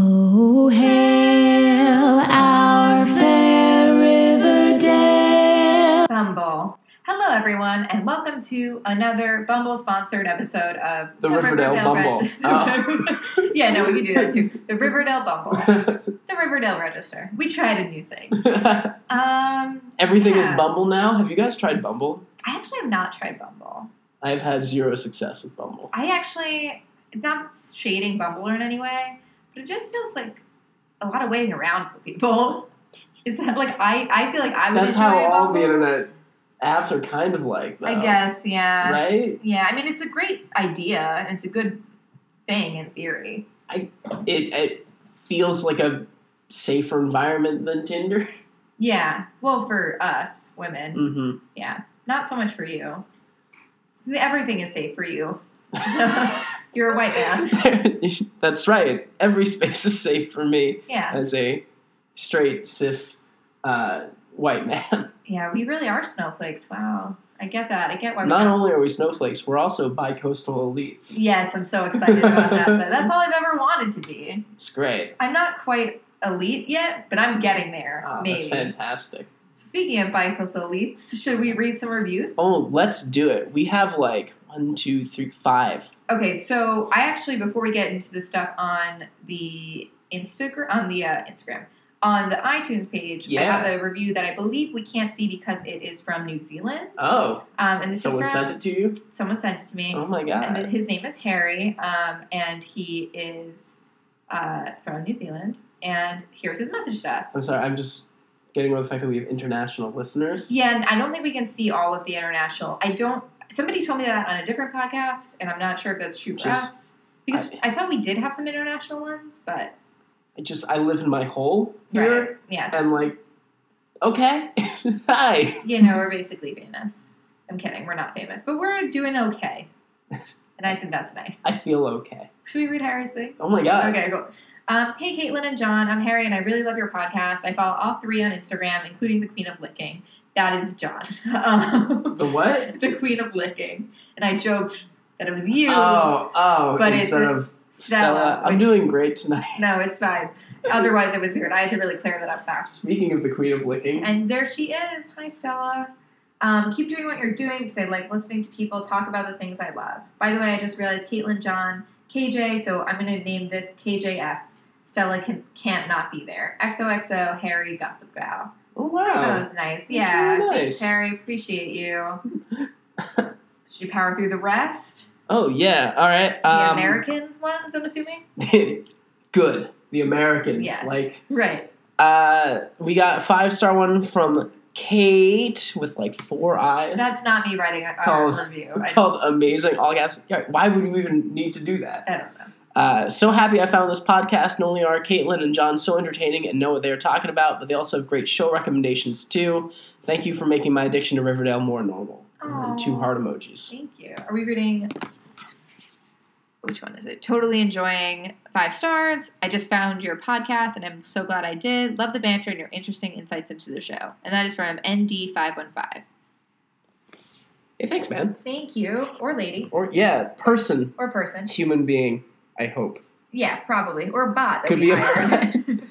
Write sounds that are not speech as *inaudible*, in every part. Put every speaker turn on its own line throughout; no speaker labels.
Oh, hail our fair Riverdale.
Bumble. Hello, everyone, and welcome to another Bumble sponsored episode of
The Riverdale Bumble.
Reg-
Oh.
*laughs* yeah, no, we can do that too. The Riverdale
*laughs*
Bumble, the Riverdale Register. We tried a new thing. Um, *laughs*
Everything is
Yeah.
Bumble now. Have you guys tried Bumble?
I actually have not tried Bumble.
I've had zero success with Bumble.
I actually not shading Bumble in any way, but it just feels like a lot of waiting around for people. Is that like I? I feel like I would
That's
enjoy
how all the
Bumble.
internet apps are kind of like, though.
I guess, yeah.
Right?
Yeah, I mean, it's a great idea and it's a good thing in theory.
It, it feels like a safer environment
*laughs*
than Tinder.
Yeah, well, for us women,
Mm-hmm. *laughs*
yeah, not so much for you. Everything is safe for
*laughs*
you. You're a white man.
That's right. Every space is safe for me
Yeah,
as a straight, cis, uh, white man.
yeah, we really are snowflakes. Wow, I get that. I get why.
Not
we're
only are we snowflakes, we're also bi-coastal elites.
Yes, I'm so excited about that. But that's all I've ever wanted to be.
It's great.
I'm not quite elite yet, but I'm getting there.
Ah,
maybe.
that's fantastic.
Speaking of bicoastal elites, should we read some reviews?
Oh, let's do it. We have like one, two, three, five.
Okay, so I actually before we get into the stuff on the Instagram on the uh, Instagram on the iTunes page, I
Yeah.
have a review that I believe we can't see because it is from New Zealand.
Oh,
Um, and this
someone
is from,
sent it to you?
someone sent it to me,
Oh my
and
god.
his name is Harry, um, and he is uh, from New Zealand. And here's his message to us.
I'm sorry, I'm just getting over the fact that we have international listeners.
Yeah, and I don't think we can see all of the international. I don't. Somebody told me that on a different podcast, and I'm not sure if that's true for
Just-
us because I, thought we did have some international ones, but
I just I live in my hole
right.
here
yes,
and like okay. *laughs* Hi.
you know, we're basically famous. I'm kidding, we're not famous, but we're doing
*laughs*
okay, and I think that's nice.
I feel okay.
Should we read Harry's thing?
Oh my god.
Okay, cool. Um, hey, Caitlin and John, I'm Harry, and I really love your podcast. I follow all three on Instagram, including the Queen of Licking. That is John. *laughs* Um, *laughs*
The what?
the Queen of Licking, and I joked that it was you.
Oh, oh,
But it's
instead
a-
of
Stella,
Stella. I'm
which-
doing great tonight. *laughs*
No, it's fine. Otherwise, it was weird. I had to really clear that up fast.
Speaking of the Queen of Licking.
And there she is. Hi, Stella. Um, keep doing what you're doing because I like listening to people talk about the things I love. By the way, I just realized Caitlin John, KJ, so I'm going to name this KJS. Stella can, can't not be there. XOXO, Harry, Gossip Gal.
oh
That
wow.
was nice.
That's
Yeah.
really
Thanks,
nice.
Harry. Appreciate you.
*laughs*
Should we power through the rest?
Oh yeah. All right.
The
Um,
American ones, I'm assuming?
*laughs* good. The Americans.
Yes.
Like
Right.
Uh, we got a five star one from Kate with like four eyes. *laughs*
That's not me writing a, a
Called-
review. I just,
called amazing. All caps. Yeah, why would we even need to do that?
I don't know.
Uh, so happy I found this podcast. Not only are Caitlin and John so entertaining and know what they are talking about, but they also have great show recommendations too. Thank you for making my addiction to Riverdale more normal. And two
Aw.
heart emojis.
Thank you. Are we reading? Which one is it? Totally enjoying five stars. I just found your podcast and I'm so glad I did. Love the banter and your interesting insights into the show. And that is from ND515.
Hey, thanks, man.
Thank you. Or lady.
Or yeah, person,
Or person.
human being. I hope.
Yeah, probably. Or bot. that
Could
we
be a- *laughs*
hired.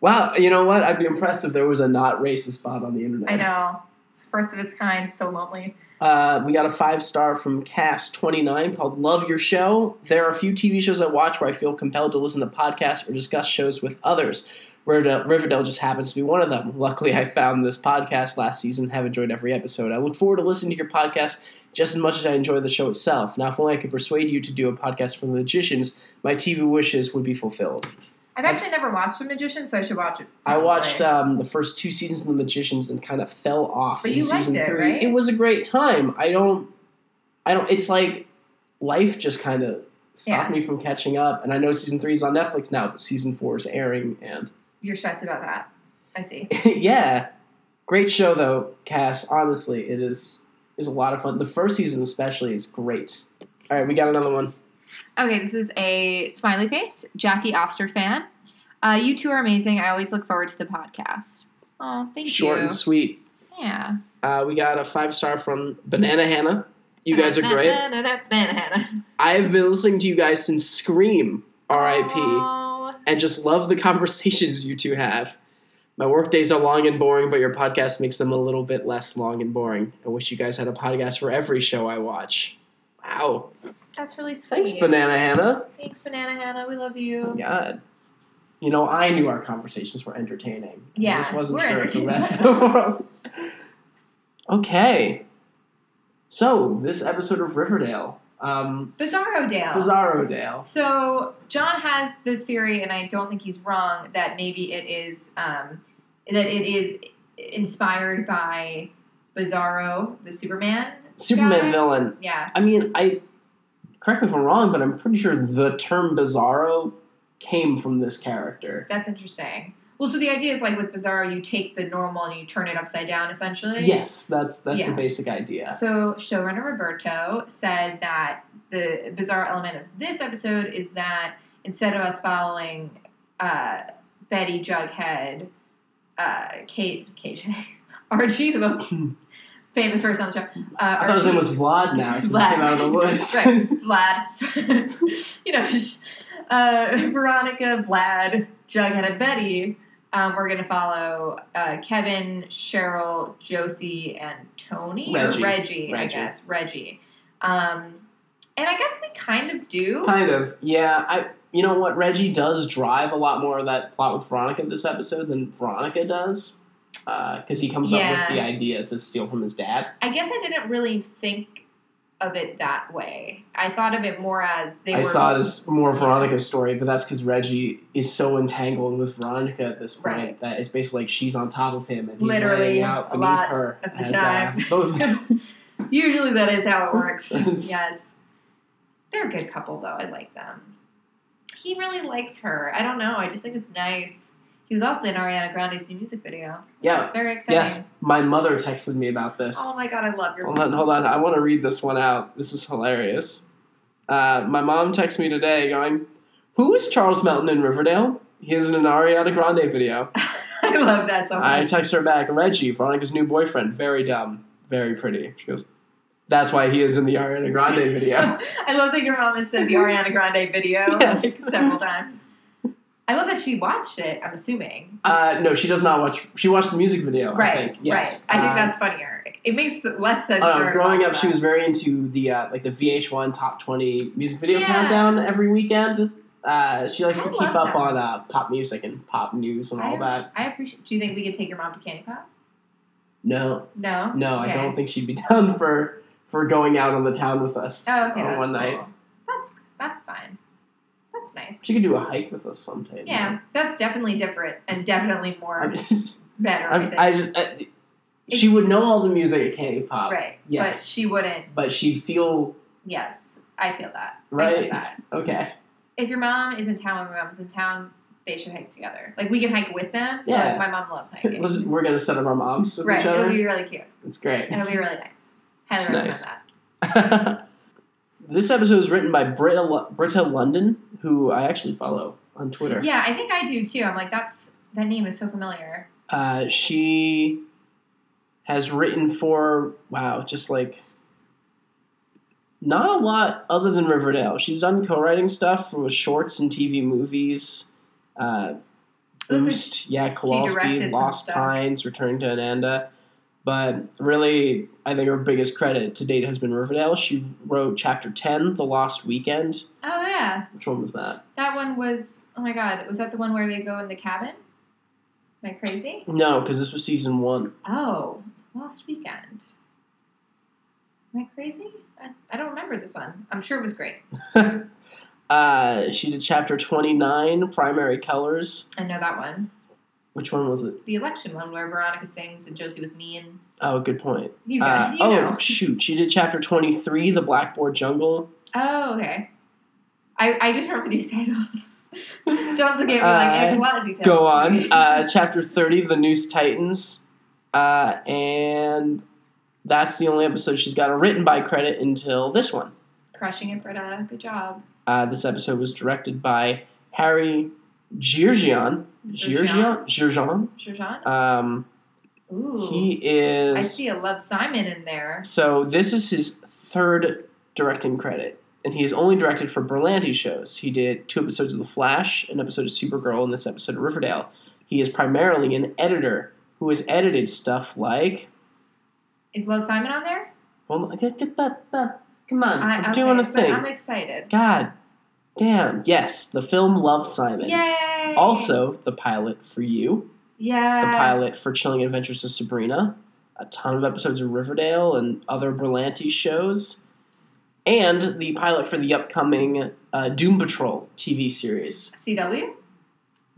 Wow, you know what? I'd be impressed if there was a not racist spot on the
*laughs*
internet.
I know. It's first of its kind. So lonely.
Uh, we got a five star from Cast29 called Love Your Show. There are a few TV shows I watch where I feel compelled to listen to podcasts or discuss shows with others. Riverdale, Riverdale just happens to be one of them. Luckily, I found this podcast last season and have enjoyed every episode. I look forward to listening to your podcast just as much as I enjoy the show itself. Now, if only I could persuade you to do a podcast for the magicians, my TV wishes would be fulfilled.
I've actually never watched The Magician, so I should watch it.
I watched
probably.
um, the first two seasons of The Magicians and kind of fell off.
But
in
you liked
season
it,
three.
right?
It was a great time. I don't, I don't. It's like life just kind of stopped me from catching up. And I know season three is on Netflix now, but season four is airing. And *laughs*
You're stressed about that. I see.
yeah, great show though, Cass. Honestly, it is is a lot of fun. The first season especially is great. All right, we got another one.
Okay, this is a smiley face, Jackie Oster fan. Uh, you two are amazing. I always look forward to the podcast. Oh, thank
Short
you.
and sweet.
Yeah.
Uh, we got a five star from Banana Hannah. You guys are great.
Na-na-na-na-na-na-na.
I have been listening to you guys since Scream, R.I.P.
Oh,
and just love the *laughs* conversations you two have. My work days are long and boring, but your podcast makes them a little bit less long and boring. I wish you guys had a podcast for every show I watch. Wow.
That's really sweet.
Thanks, Banana Hannah.
Thanks, Banana Hannah. We love you.
God. You know, I knew our conversations were entertaining.
Yeah,
I just wasn't
we're
sure if the
entertaining.
rest of the world. *laughs* Okay. So, this episode of Riverdale, um,
Bizarro Dale.
Bizarro Dale.
So John has this theory, and I don't think he's wrong that maybe it is um, that it is inspired by Bizarro, the Superman.
Superman
guy.
villain.
Yeah,
I mean, I correct me if I'm wrong, but I'm pretty sure the term Bizarro came from this character.
that's interesting. Well, so the idea is like with Bizarro, you take the normal and you turn it upside down, essentially.
Yes, that's that's
Yeah.
the basic idea.
So showrunner Roberto said that the bizarre element of this episode is that instead of us following uh, Betty Jughead, uh, Kate, Kate, *laughs* Archie, the
*laughs*
most famous person on the show, uh,
I thought his name
Archie-
was Vlad now since he
Vlad.
came out
*laughs*
of the woods.
Right. Vlad, *laughs* you know, just, uh, Veronica, Vlad, Jughead, and Betty. Um, we're gonna follow uh, Kevin, Cheryl, Josie, and Tony
Reggie.
or Reggie, I
Reggie.
guess Reggie. Um, and I guess we kind of do.
*laughs* kind of. Yeah, I you know what, Reggie does drive a lot more of that plot with Veronica this episode than Veronica does. Because he comes up
Yeah.
with the idea to steal from his dad.
I guess I didn't really think of it that way. I thought of it more as they
I
were.
saw it as more Veronica's story, but that's because Reggie is so entangled with Veronica at this point
Right.
that it's basically like she's on top of him and he's
Literally,
laying out
a
beneath
lot
her
of the
as,
time.
Uh, *laughs* both-
Usually that is how it works.
Yes.
yes. They're a good couple though. I like them. He really likes her. I don't know. I just think it's nice. He was also in Ariana Grande's new music video. *laughs*
yeah.
It's very exciting.
Yes, my mother texted me about this.
Oh my god, I love your
Hold on, hold on. I want to read this one out. This is hilarious. Uh, my mom texted me today going, Who is Charles Melton in Riverdale? He is in an Ariana Grande video.
*laughs* I love that so
I
much.
text her back, Reggie, Veronica's new boyfriend. Very dumb, very pretty. She goes, That's why he is in the Ariana
*laughs*
Grande video.
I love that your mom has said the Ariana Grande video
*laughs* Yes.
several times. I love that she watched it, I'm assuming.
uh, no, she does not watch. She watched the music video.
right,
I think. Yes.
right. I think
Um,
that's funnier. It makes less sense for
I don't
her
know,
to
growing
watch
up, she
that.
was very into the uh, like the VH1 Top 20 Music Video
Yeah.
Countdown every weekend. Uh, she likes
I
to keep
love
up
that.
on uh, pop music and pop news and all
I-
that.
I appreciate do you think we could take your mom to Candy Pop?
No,
No?
no, I
Okay.
don't think she'd be *laughs* down for for going out on the town with us
Oh, okay,
on
that's
one night.
cool. That's that's fine. That's nice.
She could do a hike with us sometime.
Yeah, that's definitely different and definitely more
I'm just,
better. I
I'm,
think.
I just, I, she would know all the music at Candy Pop,
right, but
yes.
she wouldn't.
but she'd feel
Yes, I feel that. I
right.
get that.
Okay,
If your mom is in town, when my mom's in town, they should hike together. Like we can hike with them. but
Yeah.
my mom
*laughs*
loves hiking.
Listen, we're gonna set up our moms with
right,
each other.
it'll be really cute.
it's great. *laughs*
and It'll be really nice. Highly recommend
It's nice.
that.
this episode was written by Britta, Lu- Britta London, who I actually follow on Twitter.
Yeah, I think I do too. I'm like, that's that name is so familiar.
Uh, she has written for, wow, just like not a lot other than Riverdale. She's done co writing stuff with shorts and TV movies. Uh,
Those are-
Boost, yeah, Kowalski,
directed some
Lost
stuff.
Pines, Return to Ananda. But really, I think her biggest credit to date has been Riverdale. She wrote Chapter 10, The Lost Weekend.
Oh yeah,
Which one was that?
that one was. Oh my god, was that the one where they go in the cabin? Am I crazy?
No, because this was season one.
Oh, last weekend. Am I crazy? I, I don't remember this one. I'm sure it was great.
Uh, she did Chapter 29, Primary Colors.
I know that one.
Which one was it?
The election one where Veronica sings and Josie was mean.
Oh, good point.
You
Uh,
got, you
oh,
know.
shoot. She did Chapter 23, The Blackboard Jungle.
Oh, okay. I, I just remember these *laughs*
*laughs*
titles. John's looking at me like,
Uh,
"Add a lot of details.
Go on. Uh, chapter 30, The Noose Titans. Uh, and that's the only episode she's got a written by credit until this one.
Crushing it, Britta. Good job.
Uh, this episode was directed by Harry Girgian. Girgian? Girgian.
Shirjan?
Um,
Ooh.
he is.
I see a Love Simon in there.
So this is his third directing credit. and he has only directed for Berlanti shows. He did two episodes of The Flash, an episode of Supergirl, and this episode of Riverdale. He is primarily an editor who has edited stuff like.
Is Love Simon on there?
Well, come on,
I,
I'm
okay,
doing a
but
thing.
I'm excited.
God damn. Yes, the film Love Simon.
Yay!
Also, the pilot for you,
yes.
the pilot for Chilling Adventures of Sabrina, a ton of episodes of Riverdale and other Berlanti shows, and the pilot for the upcoming uh, Doom Patrol TV series,
CW.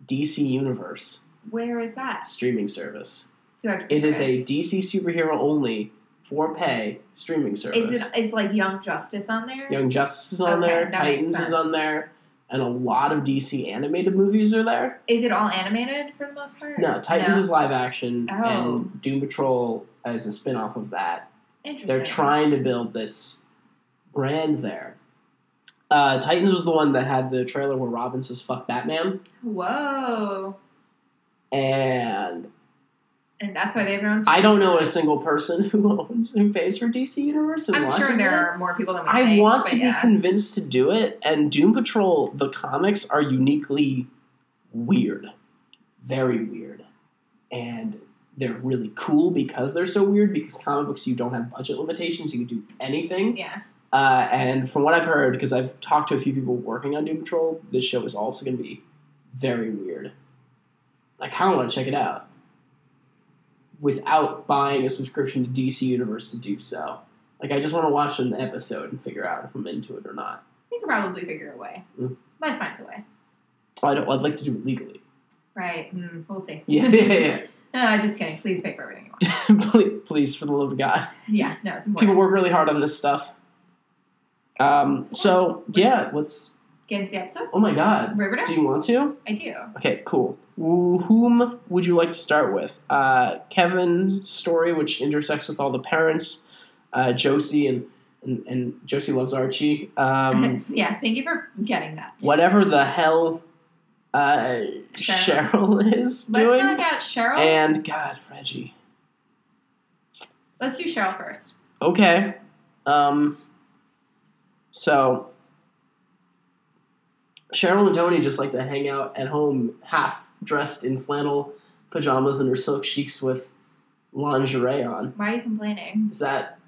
DC Universe
Where is that?
streaming service.
Do I have to
It is
pick
a DC superhero only for pay streaming service.
Is it is like Young Justice on there?
Young Justice is on
Okay,
there,
that makes
Titans is
sense.
on there, and a lot of DC animated movies are there.
Is it all animated for the most part?
No, Titans is live action,
Oh.
and Doom Patrol is a spin off of that.
Interesting.
They're trying to build this brand there. Uh, Titans was the one that had the trailer where Robin says "fuck Batman,"
Whoa.
and
And that's why they have their own.
I don't know
streaming
a single person *laughs* who owns who pays for DC Universe. And
service. I'm sure
watches
there
it.
are more people than we
I
think,
want
but
to be
yeah.
convinced to do it, and Doom Patrol, the comics are uniquely weird. Very weird. And they're really cool because they're so weird, because comic books, you don't have budget limitations, you can do anything.
Yeah.
Uh, and from what I've heard, because I've talked to a few people working on Doom Patrol, this show is also going to be very weird. I kind of want to check it out without buying a subscription to DC Universe to do so. Like, I just want to watch an episode and figure out if I'm into it or not.
We could probably figure a way.
Mm.
Life finds a way.
Oh, I don't, I'd like to do it legally. *laughs*
Right. Mm, we'll see.
Yeah, yeah,
*laughs* no, just kidding. Please pay for everything you want.
yeah. please, please, for the love of God.
yeah. No, it's
People
important.
work really hard on this stuff. Um, so, yeah, let's.
Get into the episode.
Oh my God.
Riverdale?
Do you want to?
I do.
Okay, cool. Wh- Whom would you like to start with? Uh, Kevin's story, which intersects with all the parents, uh, Josie and, and and Josie loves Archie.
*laughs*
Um,
yeah. Thank you for getting that.
whatever the hell uh,
Cheryl.
Cheryl is
Let's
doing,
knock out Cheryl.
and God, Reggie.
Let's do Cheryl first.
Okay. Um, so Cheryl and Tony just like to hang out at home, half dressed in flannel pajamas and her silk chics with lingerie on.
Why are you complaining?
Is that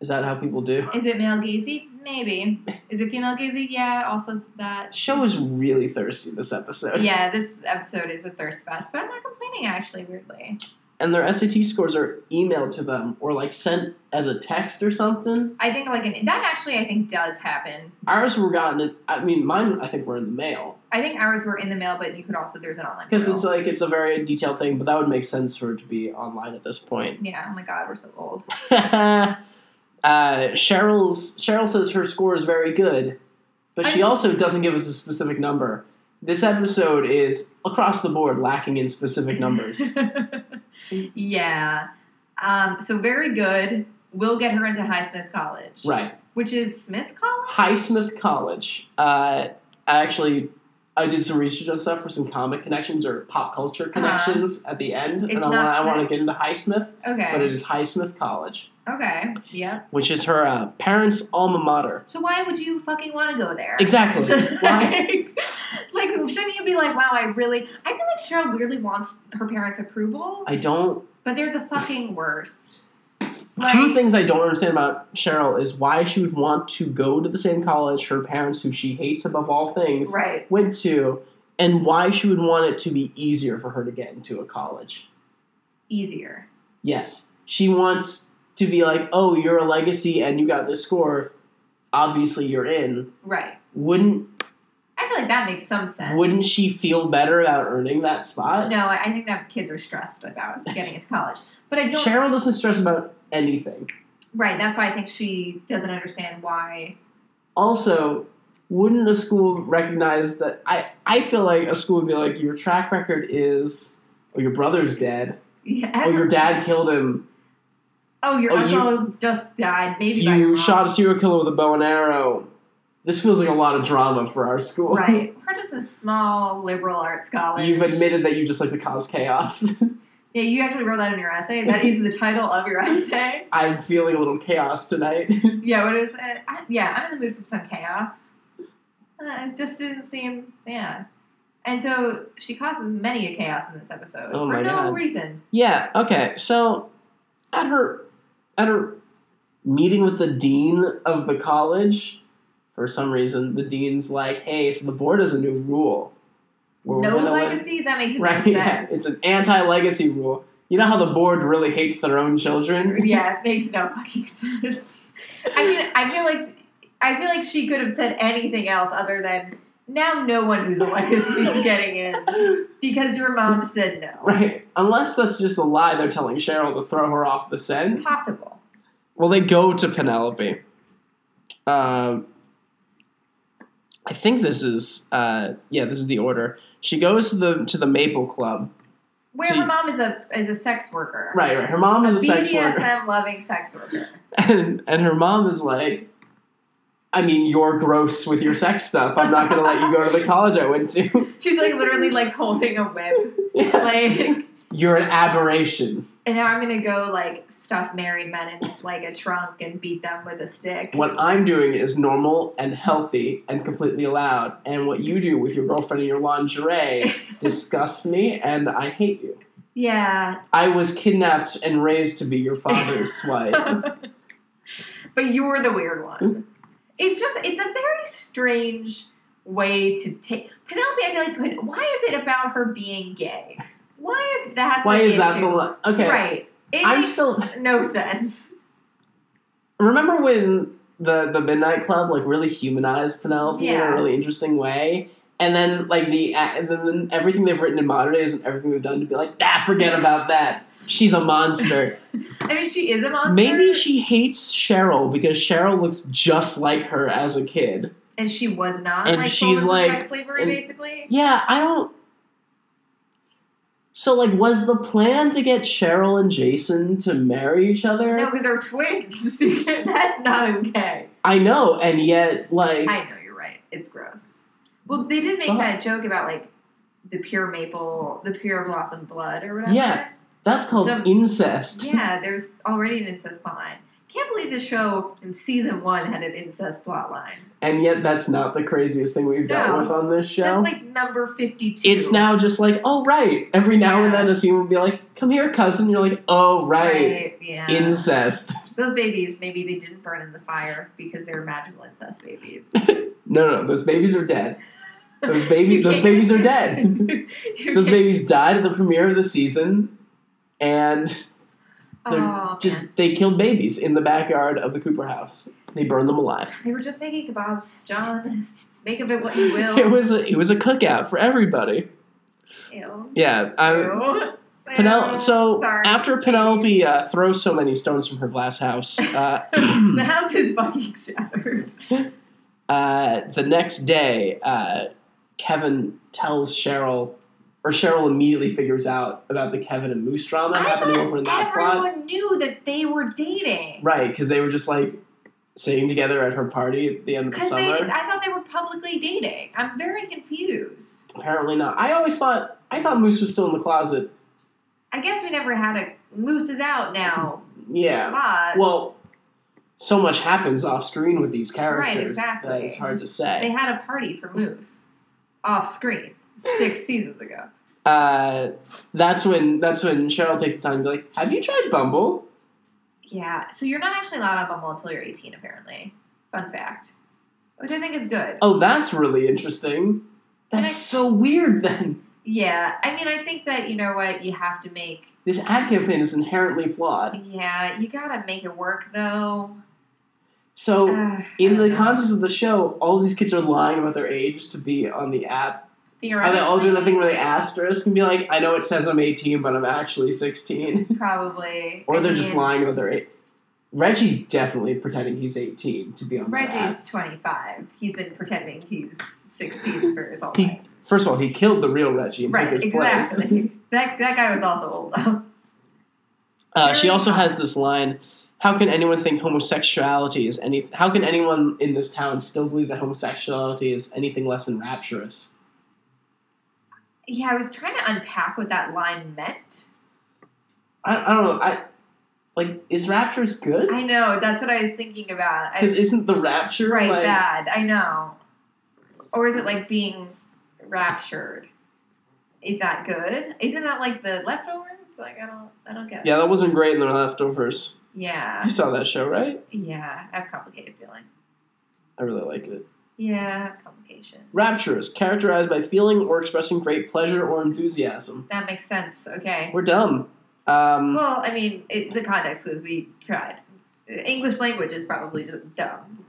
is that how people do?
Is it male gazy? Maybe. Is it female gazy? Yeah. Also that.
Show is really thirsty this episode,
Yeah, this episode is a thirst fest, but I'm not complaining actually, weirdly.
and their SAT scores are emailed to them or like sent as a text or something.
I think like an, that actually I think does happen.
Ours were gotten. I mean, mine I think were in the mail.
I think ours were in the mail, but you could also there's an online
Because
portal.
it's like it's a very detailed thing, but that would make sense for it to be online at this point. *laughs*
yeah, oh my god, we're so old. *laughs*
uh, Cheryl's Cheryl says her score is very good, but she
I-
also doesn't give us a specific number. This episode is across the board lacking in
*laughs*
specific numbers.
yeah. Um, so very good. We'll get her into Highsmith College,
right,
which is Smith College.
Highsmith College. Uh, I actually I did some research on stuff for some comic connections or pop culture connections at the end,
Uh-huh. It's
and I
not
wanna- I
Smith.
want to get into Highsmith, but it
Okay.
is Highsmith College.
Okay. Yeah.
which is her uh, parents' alma mater.
So why would you fucking want to go there? *laughs*
Exactly. Why?
like, like, shouldn't you be like, wow, I really, I feel like Cheryl weirdly wants her parents' approval,
I don't.
but they're the fucking worst.
two
Like,
things I don't understand about Cheryl is why she would want to go to the same college her parents, who she hates above all things,
right.
went to, and why she would want it to be easier for her to get into a college.
Easier.
Yes, she wants to be like, oh, you're a legacy and you got this score. Obviously, you're in.
Right.
Wouldn't
I feel like that makes some sense.
wouldn't she feel better about earning that spot?
No, I I think that kids are stressed
*laughs*
about getting into college. But I don't.
Cheryl doesn't stress about anything.
Right. That's why I think she doesn't understand why. *laughs*
also wouldn't a school recognize that i i feel like a school would be like your track record is oh your brother's dead
Yeah.
oh your dad killed him
Oh, your
oh, you-
uncle just died. Maybe by your
you
mom.
shot a serial killer with a bow and arrow this feels like a lot of drama for our school
Right. We're just a small liberal arts college.
you've admitted that you just like to cause chaos *laughs*
Yeah, you actually wrote that in your essay. That is the title of your
*laughs*
essay.
I'm feeling a little chaos tonight. *laughs*
Yeah, what is it? I, yeah, I'm in the mood for some chaos. Uh, it just didn't seem, yeah. And so she causes many a chaos in this episode
Oh
for
my
no
God.
reason.
yeah, okay. So at her at her meeting with the dean of the college, for some reason the dean's like, "Hey, so the board has a new rule." where we're
No
gonna let-
legacies. That makes no
*laughs* Right. Yeah.
sense.
It's an anti-legacy rule. You know how the board really hates their own
*laughs*
children?
yeah, it makes no fucking sense. I mean, I feel like I feel like she could have said anything else other than now no one who's a legacy is getting in because your mom said no.
Right. Unless that's just a lie they're telling Cheryl to throw her off the scent.
Impossible.
Well, they go to Penelope. Um, I think this is uh, yeah, this is the order. She goes to the to the Maple Club.
Where
Gee.
her mom is a is a sex worker.
Right, right. Her mom is a, sex worker, *laughs*
BDSM loving sex worker.
and and her mom is like, I mean, you're gross with your sex stuff. I'm not gonna let you go to the college I went to.
She's like literally like holding a whip.
Yeah.
Like
You're an aberration.
and now I'm gonna go like stuff married men in like a trunk and beat them with a stick.
What I'm doing is normal and healthy and completely allowed, and what you do with your girlfriend in your lingerie disgusts me, and I hate you.
Yeah.
I was kidnapped and raised to be your
*laughs*
father's wife.
but you're the weird
Hmm?
one. It just it's a very strange way to take Penelope, I feel like put why is it about her being gay? Why is that
Why
the
is that the
issue?
li- okay?
Right. It
I'm
makes
still
no sense.
remember when the the Midnight Club like really humanized Penelope in
Yeah.
a really interesting way, and then like the and then, then everything they've written in modern days and everything they've done to be like, ah, forget about that. She's a monster.
I mean she is a *laughs* monster.
Maybe she hates Cheryl because Cheryl looks just like her as a kid.
and she was not.
And
like,
she's
sold into
like-
sex slavery,
and-
basically.
Yeah, I don't. So, like, was the plan to get Cheryl and Jason to marry each other?
No, because they're twins. *laughs* That's not okay.
I know, and yet, like,
I know you're right. It's gross. Well, they did make
But-
that joke about like the pure maple, the pure blossom blood, or whatever.
Yeah. that's called
So-
incest.
Yeah, There's already an incest plotline. Can't believe the show in season one had an incest plotline.
And yet, that's not the craziest thing we've dealt
No.
with on this show.
That's like number fifty-two.
it's now just like, oh, right. Every now and
Yeah.
then, a scene will be like, come here, cousin. You're like, oh, right.
right. Yeah.
Incest.
Those babies, maybe they didn't burn in the fire because they were magical incest babies.
No, no, those babies are dead.
*laughs*
Those babies,
You
those
can't-
babies are dead.
*laughs* You
Those
can't-
babies died at the premiere of the season, and they're
Oh,
just
man.
they killed babies in the backyard of the Cooper house. They burned them alive.
They were just making kebabs, John. Make of *laughs* it what you will.
*laughs* It was a, it was a cookout for everybody.
Ew.
Yeah,
Uh,
I,
Ew. Ew.
Penel- so
Sorry. *clears throat*
after Penelope uh, throws so many stones from her glass house, *laughs* uh,
*laughs* the house is fucking shattered.
uh, the next day uh, Kevin tells Cheryl, or Cheryl immediately figures out about the Kevin and Moose drama
I
happening
thought
over in that plot.
everyone knew that they were dating.
Right, because they were just like sitting together at her party at the end of the
Because they,
summer.
I thought they were publicly dating. I'm very confused.
Apparently not. I always thought I thought Moose was still in the closet.
I guess we never had a Moose is out *laughs* now.
Yeah.
But
Well, so much happens off screen with these characters
Right, exactly.
that it's hard to
they
say.
had a party for Moose off screen six seasons ago.
Uh, that's when that's when Cheryl takes the time to be like, "Have you tried Bumble?"
Yeah. So you're not actually allowed on Bumble until you're 18, apparently. Fun fact. Which I think is good.
Oh, that's really interesting. That's
Next.
so weird. Then
Yeah. I mean, I think that, you know what, you have to make.
this ad campaign is inherently flawed.
Yeah, you gotta make it work, though.
So.
Ugh, I
in
don't
the
know.
context of the show, all these kids are lying about their age to be on the app Are
Theoretically,
they all doing the thing where they asterisk and be like, I know it says I'm 18, but I'm actually 16?
Probably.
Or
I
they're just
mean,
lying about their age. Reggie's definitely pretending he's 18 to be on that app.
Reggie's 25. He's been pretending he's
*laughs*
16 for his whole
He-
life.
First of all, he killed the real Reggie and
Right,
took his place.
exactly. that, that guy was also old, though.
*laughs*
*laughs*
Uh, she
Very
also
odd.
has this line How can anyone think homosexuality is any? How can anyone in this town still believe that homosexuality is anything less than rapturous?
Yeah, I was trying to unpack what that line meant.
I, I don't know. I like is Raptors good?
I know. That's what I was thinking about. I
Because isn't the Rapture
right
like,
bad. I know. Or is it like being raptured? Is that good? Isn't that like the leftovers? Like I don't, I don't get. it.
Yeah, that wasn't great in the leftovers.
Yeah.
You saw that show, right?
Yeah. I have complicated feelings.
I really liked it.
Yeah. I have complication.
Rapture is characterized by feeling or expressing great pleasure or enthusiasm.
That makes sense. Okay.
We're dumb. Um,
Well, I mean, it, the context was we tried. English language is probably just dumb.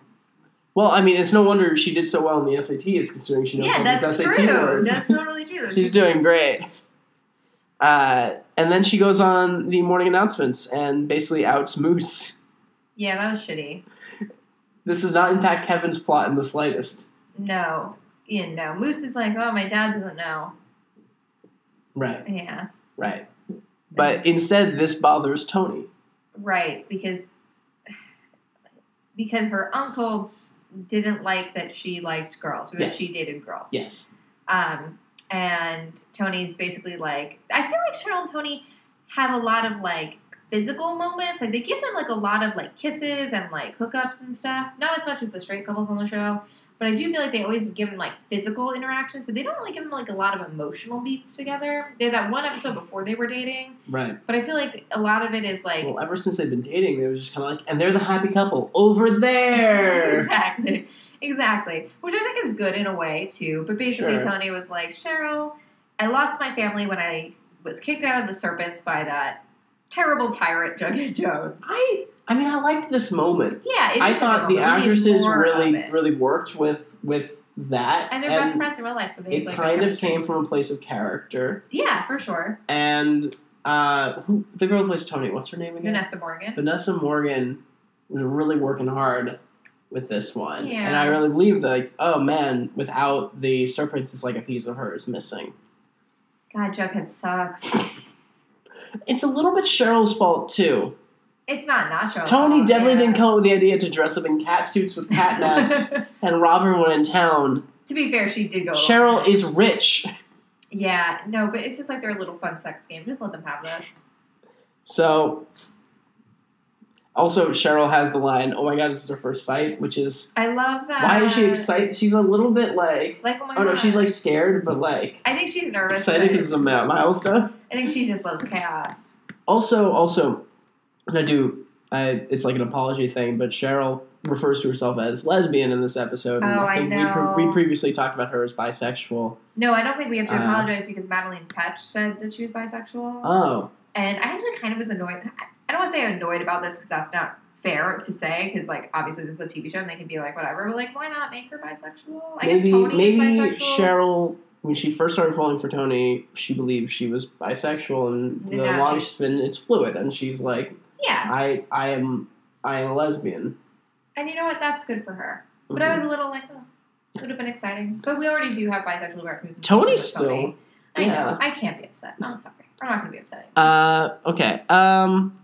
well, I mean, it's no wonder she did so well in the SATs, considering she knows
Yeah,
all these
that's
SAT
true.
words. *laughs*
That's totally true. Those
She's
people-
doing great. Uh, and then she goes on the morning announcements and basically outs Moose.
Yeah, that was shitty.
This does not impact Kevin's plot in the slightest.
No, yeah, no. Moose is like, oh, my dad doesn't know.
Right,
Yeah,
right. But instead, this bothers Tony.
right, because because her uncle didn't like that she liked girls or
Yes.
that she dated girls.
Yes.
Um, and Tony's basically like, I feel like Cheryl and Tony have a lot of like physical moments. Like they give them like a lot of like kisses and like hookups and stuff. Not as much as the straight couples on the show, but I do feel like they always give them like physical interactions, but they don't really give them like a lot of emotional beats together. They had that one episode before they were dating,
Right.
but I feel like a lot of it is like
Well, ever since they've been dating, they were just kind of like, and they're the happy couple over there.
*laughs* exactly. Exactly. Which I think is good in a way too. But basically
Sure.
Tony was like, Cheryl, I lost my family when I was kicked out of the serpents by that terrible tyrant
*laughs*
Jughead Jones.
I, I mean, I liked this moment.
Yeah, it
I
is
thought the
adorable. We need
actresses
more of
really,
it.
really worked with with that,
and they're best friends in real life, so they
it
like a
kind of
chemistry.
came from a place of character.
Yeah, for sure.
And uh, who the girl who plays Tony? What's her name again?
Vanessa Morgan.
Vanessa Morgan was really working hard with this one,
Yeah.
and I really believe that, like, oh man, without the serpents, it's like a piece of her is missing.
God, Jughead sucks.
It's a little bit Cheryl's fault too.
It's not Nacho.
Tony definitely
Oh, yeah.
didn't come up with the idea to dress up in cat suits with
*laughs*
cat masks and rob everyone in town.
to be fair, she did go. along
Cheryl
with it.
is rich,
Yeah, no, but it's just like their little fun sex game. Just let them have this.
so. Also, Cheryl has the line, "Oh my God, this is her first fight," which is
I love that.
why is she excited? She's a little bit like,
Like, oh my
oh no,
God.
she's like scared, but like
I think she's nervous.
excited
but
because it's a mi- milestone.
I think she just loves chaos.
Also, also, and I do. I, it's like an apology thing, but Cheryl refers to herself as lesbian in this episode. and
Oh, I
think
know.
We, pre- we previously talked about her as bisexual.
No, I don't think we have to
Uh.
apologize because Madeline Petch said that she was bisexual,
Oh,
and I actually kind of was annoyed. I- I don't want to say annoyed about this because that's not fair to say because like obviously this is a TV show and they can be like whatever, but like why not make her bisexual? I guess
maybe
Tony
maybe
is bisexual.
Cheryl. When she first started falling for Tony, she believed she was bisexual, and the
Now
long
she's-
she's been, it's fluid, and she's like,
yeah,
"I, I am, I am a lesbian."
and you know what? That's good for her. But
Mm-hmm.
I was a little like, oh, it would have been exciting. But we already do have bisexual representation.
Mm-hmm. Tony
with
still.
I
yeah.
know. I can't be upset. I'm sorry. I'm not gonna be upset.
Uh, okay. Um.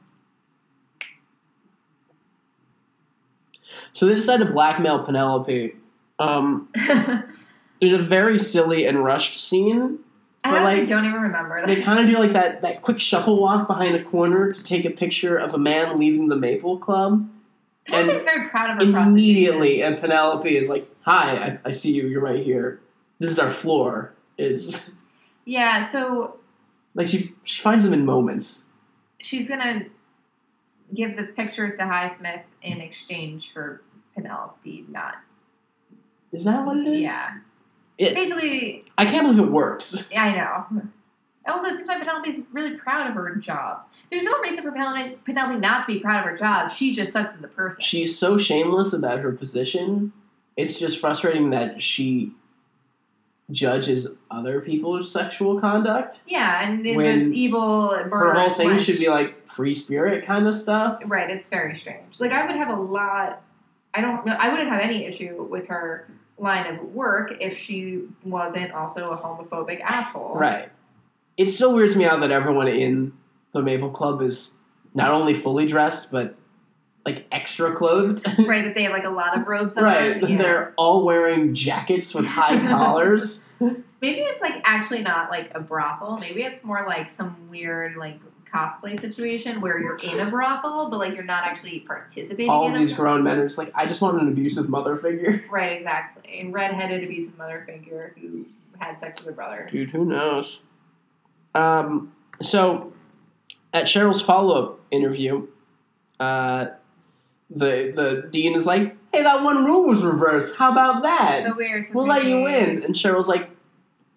So they decide to blackmail Penelope.
*laughs*
Um, it's a very silly and rushed scene.
I
But,
honestly
like,
don't even remember.
They
this. *laughs*
kind of do like that that quick shuffle walk behind a corner to take a picture of a man leaving the Maple Club.
Penelope
and
is very proud of her
Immediately, and Penelope is like, "Hi, I, I see you. You're right here. This is our floor." Is
prostitution. Yeah, so
like she she finds him in moments.
she's gonna give the pictures to Highsmith in exchange for Penelope not.
Is that what it is?
Yeah.
It-
Basically,
I can't believe it works.
I know. Also, it seems like Penelope's really proud of her job. There's no reason for Penelope Penelope not to be proud of her job. She just sucks as a person.
She's so shameless about her position. It's just frustrating that she judges other people's sexual conduct.
yeah, and is
When
an evil murderer.
Her whole thing should be like free spirit kind of stuff.
Right, it's very strange. Like I would have a lot. I don't know. I wouldn't have any issue with her line of work if she wasn't also a homophobic asshole.
Right. It still weirds me out that everyone in the Maple Club is not only fully dressed but like extra clothed.
Right. That they have like a lot of robes on.
right.
Yeah.
They're all wearing jackets with high collars.
Maybe it's like actually not like a brothel. Maybe it's more like some weird like cosplay situation where you're in a brothel, but like you're not actually participating
All
in
these
a
grown men are just like, I just want an abusive mother figure. *laughs*
Right, exactly. And redheaded abusive mother figure who had sex with her brother.
Dude, who knows? Um, so at Cheryl's follow up interview, uh, the the dean is like, "Hey, that one rule was reversed. How about that?
So weird. so
we'll let you
confusing.
in." And Cheryl's like,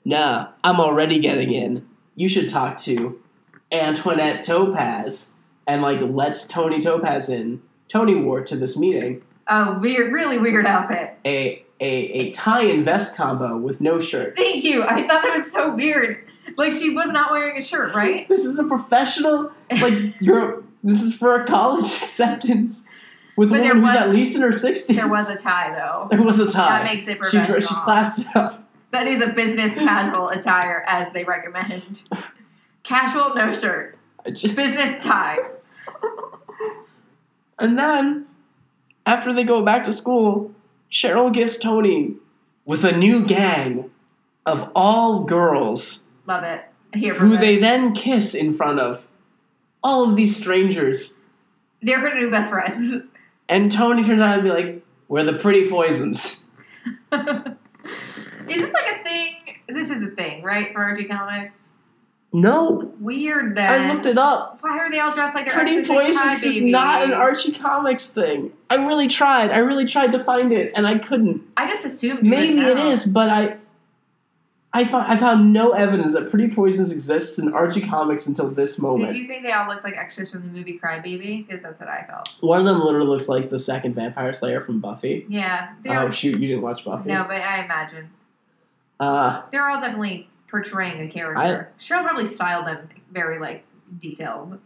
"Nah, I'm already getting in. You should talk to Antoinette Topaz." And like, lets Tony Topaz in. Tony wore to this meeting
A Oh, weird, really weird outfit.
a a, a tie and vest combo with no shirt. *laughs*
Thank you. I thought that was so weird. Like she was not wearing a shirt, right?
This is a professional, like you're. This is for a college *laughs* acceptance with
But
a
there
woman who's
was-
at least in her sixties.
There was a tie though.
There was a
That
tie.
makes it
she
professional.
dre- she classed it up.
That is a business casual attire as they recommend. Casual, no shirt.
I just-
Business tie.
And then, after they go back to school, Cheryl gives Tony with a new gang of all girls
Love it. Here for
who they
this.
then kiss in front of all of these strangers.
They're her new best friends. *laughs*
And Tony turns out to be like, "We're the pretty poisons."
Is this like a thing? This is a thing, right? For RG Comics.
No,
Weird that.
I looked it up.
Why are they all dressed like they're
Pretty
extra sexy
Poisons
pie
is
baby?
not an Archie Comics thing. I really tried. I really tried to find it, and I couldn't.
I just assumed. you would
Maybe it
know.
is, but I, I, fo- I found no evidence that Pretty Poisons exists in Archie Comics until this
Did
moment.
you think they all looked like extras from the movie Crybaby? Because that's what I felt.
One of them literally looked like the second Vampire Slayer from Buffy.
Yeah, they
Oh
are.
shoot, you didn't watch Buffy.
no, but I imagine
Uh,
they're all definitely portraying a character. Cheryl probably styled them very like detailed.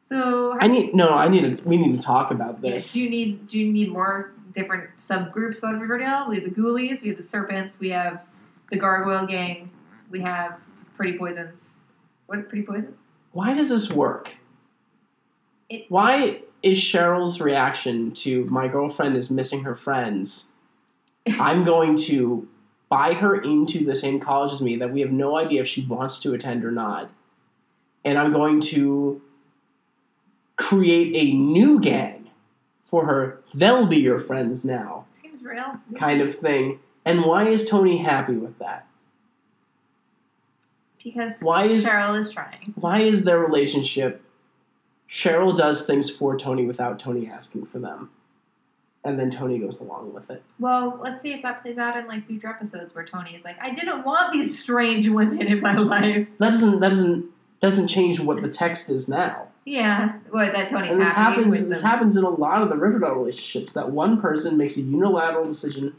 So how
I need no, no. I need. To, we need to talk about this.
Do you need do you need more different subgroups on Riverdale? We have the Ghoulies, we have the Serpents, we have the Gargoyle Gang, we have Pretty Poisons. What Pretty Poisons?
Why does this work?
It-
Why is Cheryl's reaction to my girlfriend is missing her friends? I'm going to buy her into the same college as me that we have no idea if she wants to attend or not. And I'm going to create a new gang for her. They'll be your friends now,
Seems real.
kind of thing. And why is Tony happy with that?
Because
Why is-
Cheryl is trying.
why is their relationship Cheryl does things for Tony without Tony asking for them? And then Tony goes along with it.
Well, let's see if that plays out in like future episodes where Tony is like, I didn't want these strange women in my life.
That doesn't that doesn't doesn't change what the text is now.
Yeah. Well, that Tony's
And this
happy
happens
with
this
them.
happens in a lot of the Riverdale relationships that one person makes a unilateral decision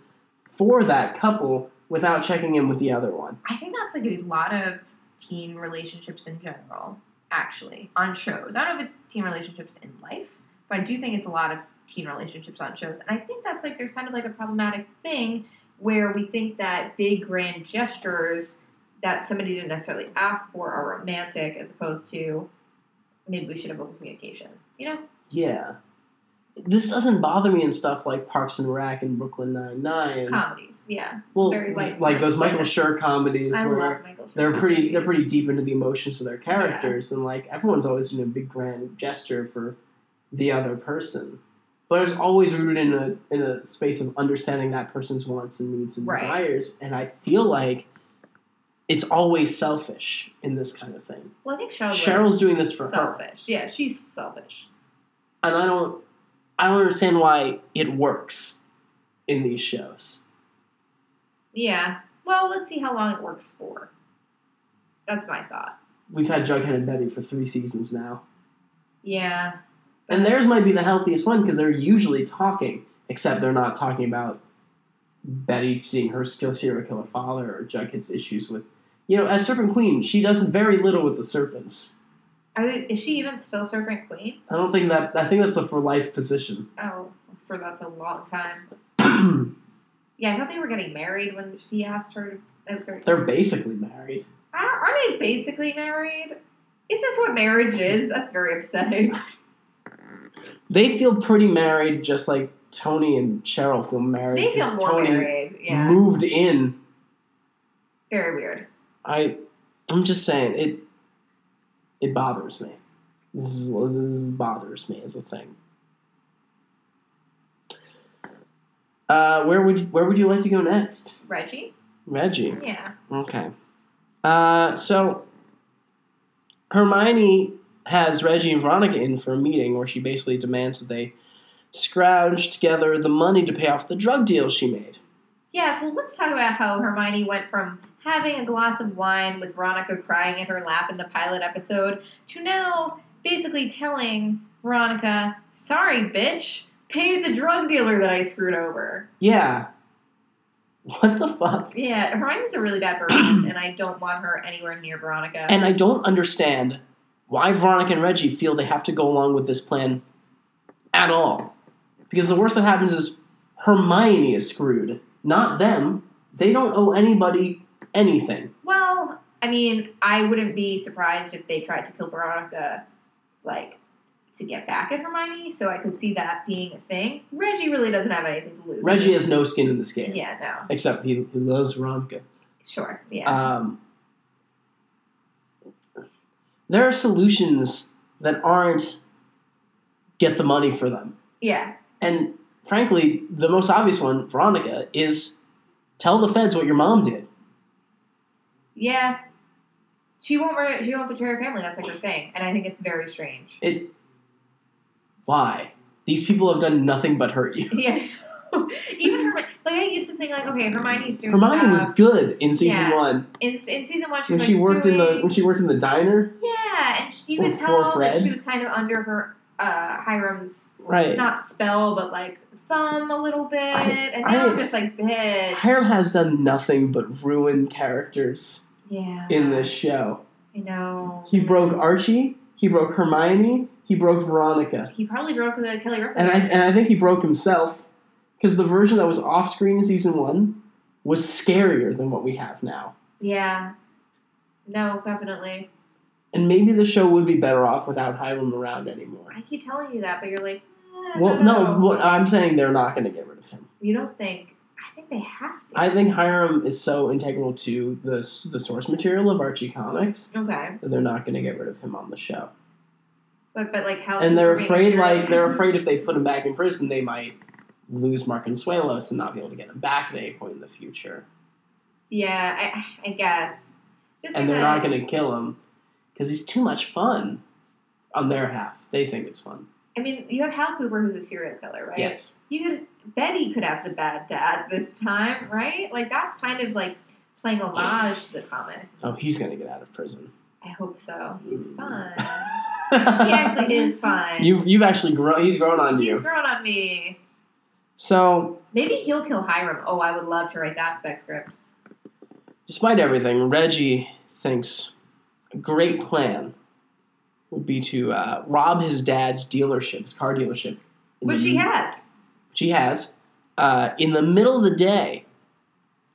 for that couple without checking in with the other one.
I think that's like a lot of teen relationships in general, actually, on shows. I don't know if it's teen relationships in life, but I do think it's a lot of teen relationships on shows. And I think that's like there's kind of like a problematic thing where we think that big grand gestures that somebody didn't necessarily ask for are romantic as opposed to maybe we should have open communication. You know?
Yeah. This doesn't bother me in stuff like Parks and Rec and Brooklyn Nine Nine.
Comedies. Yeah.
Well,
very light-
like those Michael Schur comedies
I
where
love Michael Schur
they're pretty
comedies.
they're pretty deep into the emotions of their characters and like everyone's always doing a big grand gesture for the other person but it's always rooted in a in a space of understanding that person's wants and needs and
Right.
desires and i feel like it's always selfish in this kind of thing
Well, I think Cheryl
Cheryl's doing this for her.
selfish. Yeah, she's selfish.
and i don't i don't understand why it works in these shows
Yeah. Well, let's see how long it works for. That's my thought.
we've had jughead and betty for three seasons now
Yeah.
And theirs might be the healthiest one because they're usually talking, except they're not talking about Betty seeing her still serial killer father or Jughead's issues with, you know, as Serpent Queen, she does very little with the serpents.
Are they, is she even still Serpent Queen?
I don't think that I think that's a for life position. *clears throat*
Oh, for that's a long time.
they're
Yeah, I thought they were getting married when he asked her. I'm sorry.
basically married.
Are, are they basically married? Is this what marriage is? That's very upsetting.
They feel pretty married, just like Tony and Cheryl feel married.
They feel
'cause
more
Tony
married. Yeah.
moved in
Very weird.
I I'm just saying it It bothers me. This is this bothers me as a thing. Uh, where would where would you like to go next,
Reggie?
Reggie?
Yeah.
Okay. Uh, so Hermione has Reggie and Veronica in for a meeting where she basically demands that they scrounge together the money to pay off the drug deal she made.
Yeah, so let's talk about how Hermione went from having a glass of wine with Veronica crying in her lap in the pilot episode to now basically telling Veronica, sorry, bitch, pay the drug dealer that I screwed over.
Yeah. *laughs* What the fuck?
Yeah, Hermione's a really bad
*clears throat*
person, and I don't want her anywhere near Veronica.
And I don't understand why Veronica and Reggie feel they have to go along with this plan at all. Because the worst that happens is Hermione is screwed, not them. They don't owe anybody anything.
well, I mean, I wouldn't be surprised if they tried to kill Veronica, like, to get back at Hermione, so I could see that being a thing. Reggie really doesn't have anything to lose.
Reggie has no skin in this game.
Yeah, no.
Except he, he loves Veronica.
Sure. Yeah.
Um, there are solutions that aren't get the money for them.
yeah.
And frankly, the most obvious one, Veronica, is tell the feds what your mom did.
Yeah. She won't. Re- she won't betray her family. That's like her thing, and I think it's very strange. *laughs*
It. Why? These people have done nothing but hurt you.
Yeah. Even her, like I used to think, like okay, Hermione's doing
Hermione was
stuff.
good in season
Yeah.
one
in, in season one. She,
when
was
she
like,
worked in
doing,
the when she worked in the diner.
yeah, and she, you could
With- for
tell that
Fred.
she was kind of under her uh, Hiram's
Right.
not spell, but like thumb a little bit,
I-
and now
I-
I, am just like bitch.
Hiram has done nothing but ruin characters
yeah,
in this show.
I know
He broke Archie. He broke Hermione. He broke Veronica.
He probably broke the Kelly Ripa.
And I and I think he broke himself because the version that was off screen in season one was scarier than what we have now.
yeah, no, definitely.
And maybe the show would be better off without Hiram around anymore.
I keep telling you that, but you're like, eh, I
Well,
don't
no,
know.
what I'm saying they're not going to get rid of him.
you don't think. I think they have to.
I think Hiram is so integral to the s- the source material of Archie comics
okay,
that they're not going to get rid of him on the show.
but but like how
And they're
being a
afraid,
serial-
like they're afraid if they put him back in prison, they might lose Mark Consuelos and not be able to get him back at any point in the future.
*laughs* yeah, I, I guess. Just
and
like
they're
that-
not going to kill him because he's too much fun on their half. They think it's fun.
I mean, you have Hal Cooper, who's a serial killer, right?
Yes.
You could Betty could have the bad dad this time, right? Like that's kind of like playing homage to the comics.
Oh, he's going to get out of prison.
I hope so. He's
Mm.
fun. he actually
*laughs*
is fun.
You've you've actually grown. He's grown on
He's
you.
grown on me.
So
Maybe he'll kill Hiram. Oh, I would love to write that spec script.
despite everything, Reggie thinks a great plan would be to uh, rob his dad's dealership, his car dealership. in
Which
the-
he has.
Which he has uh, in the middle of the day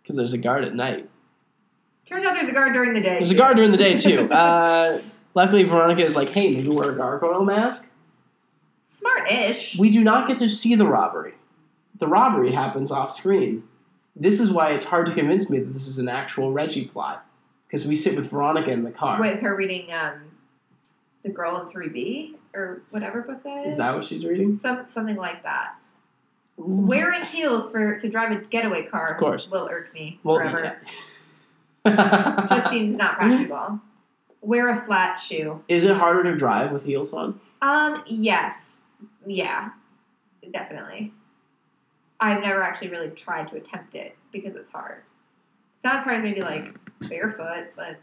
because there's a guard at night.
Turns out there's a guard during the day.
There's a guard during the
*laughs*
day too. Uh, luckily, Veronica is like, "Hey, maybe wear a gargoyle mask."
Smart-ish.
We do not get to see the robbery. The robbery happens off screen. This is why it's hard to convince me that this is an actual Reggie plot because we sit with Veronica in the car.
With her reading um, The Girl in 3B or whatever book that is.
Is that what she's reading?
Some, something like that. Wearing heels for to drive a getaway car
Of course.
will irk me
Well,
forever.
yeah. *laughs*
Just seems not practical. Wear a flat shoe.
is it harder to drive with heels on?
Um, yes. Yeah. Definitely. I've never actually really tried to attempt it because it's hard. It's not as hard as maybe like barefoot, but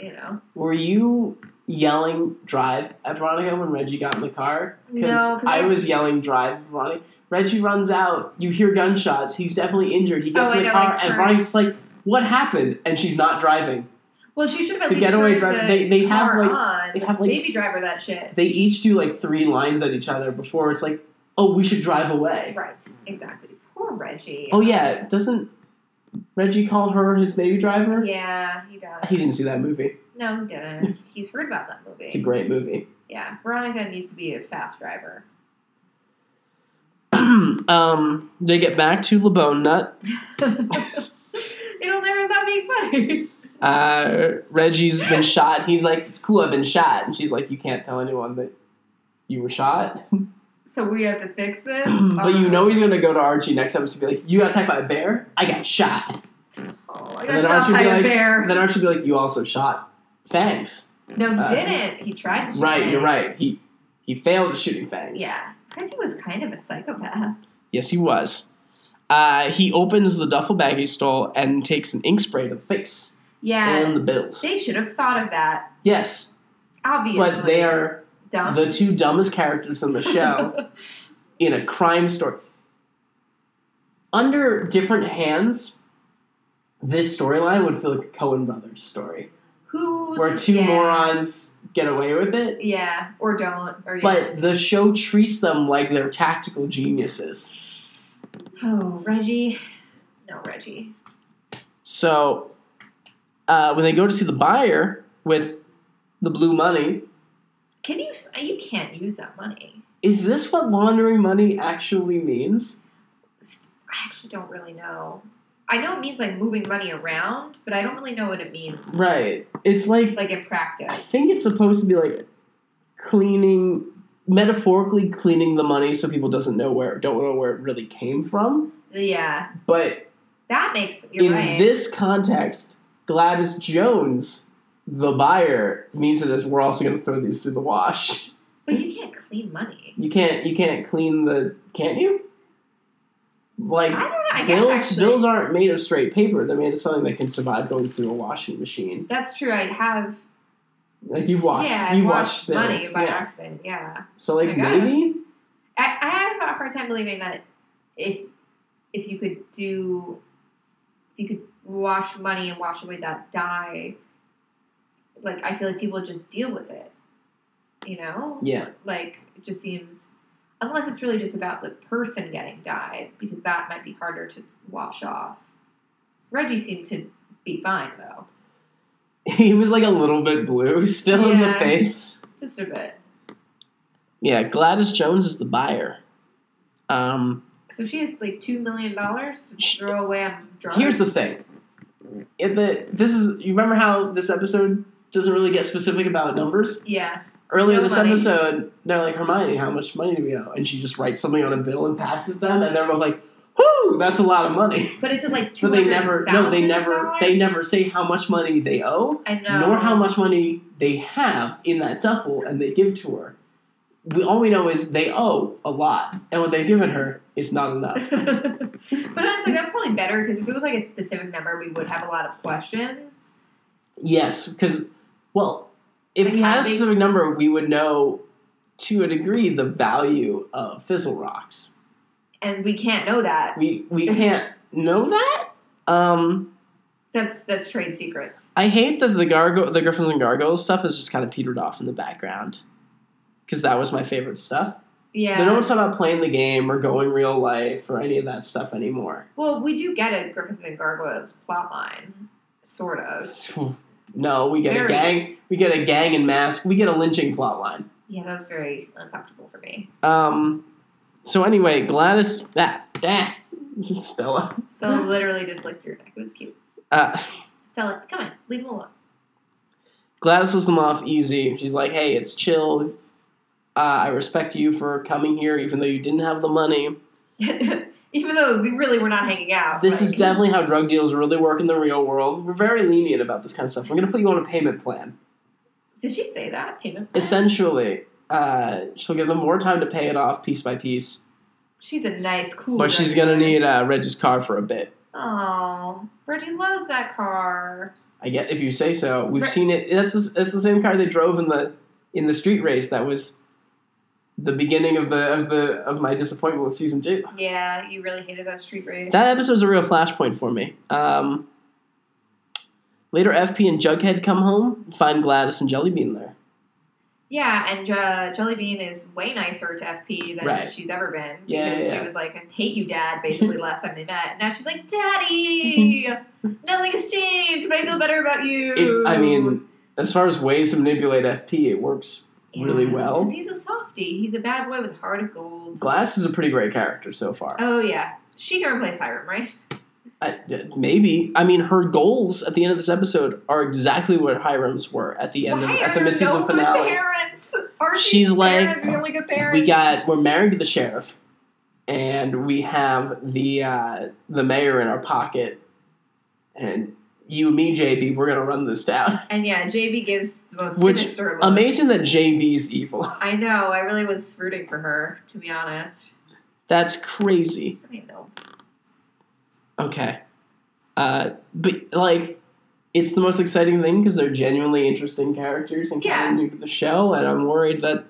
you know.
Were you yelling drive at Veronica when Reggie got in the car?
No, 'cause
I
I-
was yelling drive at Veronica. Reggie runs out. You hear gunshots. He's definitely injured. He gets
Oh,
in
I
the
know,
car,
like,
and
turn.
Veronica's just like, "What happened?" And she's not driving.
Well, she should have at
The
least
getaway
turned
driver-
the
they- they have,
car
like-
on.
they have, like-
baby driver that shit.
They each do like three lines at each other before it's like, "Oh, we should drive away."
Right, exactly. Poor Reggie.
Oh yeah, doesn't Reggie call her his baby driver?
yeah, he does.
He didn't see that movie.
No, he
*laughs*
didn't. He's heard about that movie.
It's a great movie. *clears throat*
yeah, Veronica needs to be a fast
*laughs*
driver. *laughs*
um, they get back to Lebone Nut.
they don't ever stop being funny.
uh, Reggie's
*laughs*
been shot. He's like, it's cool, I've been shot. And she's like, you can't tell anyone that you were shot. *clears throat*
So we have to fix this.
but you
Um,
know he's going to go to Archie next episode and be like, you got attacked by a bear? I got shot.
Oh, I
And
got
then
shot
Archie
by
be
a
like-
bear.
And then Archie would be like, you also shot. Thanks.
no, he
uh,
didn't. He tried to. shoot
Right,
me.
you're right. He he failed at shooting Fangs.
Yeah, Reggie was kind of a psychopath.
Yes, he was. Uh, he opens the duffel bag he stole and takes an ink spray to the face
Yeah,
and the bills.
they should have thought of that.
yes,
Obviously,
but they are
dumb. *laughs*
the two dumbest characters in the show in a crime story. Under different hands, this storyline would feel like a Cohen Brothers story,
Who's
where two
yeah.
morons get away with it.
Yeah, or don't, or yeah.
But the show treats them like they're tactical geniuses.
oh, Reggie. No, Reggie.
So uh, when they go to see the buyer with the blue money,
Can you? s- You can't use that money.
is this what laundering money actually means?
St- I actually don't really know. I know it means like moving money around, but I don't really know what it means.
Right. It's like
Like in practice.
I think it's supposed to be like cleaning, metaphorically cleaning the money so people doesn't know where don't know where it really came from.
Yeah,
But
that makes. You're
in
right.
this context, Gladys Jones, the buyer, means it as we're also going to throw these through the wash.
but you can't clean money.
You can't you can't clean the can't you?
I
Like
don't know. I guess
bills
actually,
bills aren't made of straight paper. They're made of something that can survive going through a washing machine.
that's true. I have.
Like you've washed
yeah, I
you've
washed
washed,
money
bills.
by
yeah.
accident. Yeah.
So like
I guess.
maybe
I, I have a hard time believing that if if you could do if you could wash money and wash away that dye, like I feel like people would just deal with it. You know?
yeah. *laughs*
Like it just seems unless it's really just about the person getting dyed, because that might be harder to wash off. Reggie seemed to be fine though.
he was like a little bit blue still in the
Yeah.
face.
Just a bit.
Yeah, Gladys Jones is the buyer. Um,
So she has like two million dollars
Sh-
to throw away on drugs.
here's the thing. It, the, this is you remember how this episode doesn't really get specific about numbers.
Yeah.
Earlier
No
this
money.
episode, they're like Hermione, how much money do we owe? And she just writes something on a bill and passes them, and they're both like, "Whoo, that's a lot of money."
But it's at like two
But they
hundred.
never, no, they never, they never say how much money they owe.
I know.
nor how much *laughs* money they have in that duffel and they give to her. We, all we know is they owe a lot, and what they've given her is
*laughs*
not enough.
*laughs* but honestly, that's probably better because if it was like a specific number, we would have a lot of questions.
yes, because, well, if
Like
we had
how
a
big-
specific number, we would know to a degree the value of fizzle rocks.
And we can't know that.
We,
*laughs*
we can't know that. Um,
That's that's trade secrets.
I hate that the gargo- the Griffins and Gargoyles stuff is just kind of petered off in the background because that was my favorite stuff.
Yeah.
They don't talk about playing the game or going real life or any of that stuff anymore. *laughs*
well, we do get a Griffins and Gargoyles plotline, sort of.
No, we get
Very.
a gang. We get a gang and mask. We get a lynching plotline.
Yeah, that was very uncomfortable for me.
Um. So anyway, Gladys. That that *laughs* Stella. *laughs*
So literally just licked your neck. It was cute.
Uh,
Sell it. Come on, leave him alone. *laughs*
Gladys lets them off easy. She's like, "Hey, it's chill. Uh, I respect you for coming here, even though you didn't have the money.
Even though we really were not hanging out.
This is
like-
definitely how drug deals really work in the real world. We're very lenient about this kind of stuff. We're gonna put you on a payment plan."
Did she say that payment? plan?
essentially uh, she'll give them more time to pay it off piece by piece
She's a nice, cool.
but she's gonna need uh, reggie's car for a bit
Oh, Reggie loves that car.
i guess if you say so we've
Right.
seen it that's the, that's the same car they drove in the in the street race that was the beginning of the of the of my disappointment with season two
Yeah, you really hated that street race.
that episode's a real flashpoint for me um, later fp and jughead come home and find gladys and jellybean there
yeah, and uh, Jellybean is way nicer to FP than
Right.
she's ever been
Yeah,
because
yeah,
she
yeah.
was like, "I hate you, Dad."
*laughs*
Basically, last time they met, now she's like, "Daddy, nothing has changed, but I feel better about you."
it's, i mean as far as ways to manipulate fp it works really well.
'cause he's a softie. He's a bad boy with a heart of gold.
gladys is a pretty great character so far
Oh yeah, she can replace Hiram, right?
I, maybe. I mean, her goals at the end of this episode are exactly what Hiram's were at the end
Why
of
are
at the
there
midseason
no Good
finale.
parents? Are
She's like,
parents the only good parents?
We got we're married to the sheriff, and we have the uh, the mayor in our pocket, and you and me, JB, we're gonna run this down.
and yeah, JB gives the most
Which-
sinister look.
Amazing that JB's evil. *laughs*
I know. I really was rooting for her, to be honest.
That's crazy.
I know.
Okay, uh, but like. It's the most exciting thing because they're genuinely interesting characters and
Yeah.
kind of new to the show, and I'm worried that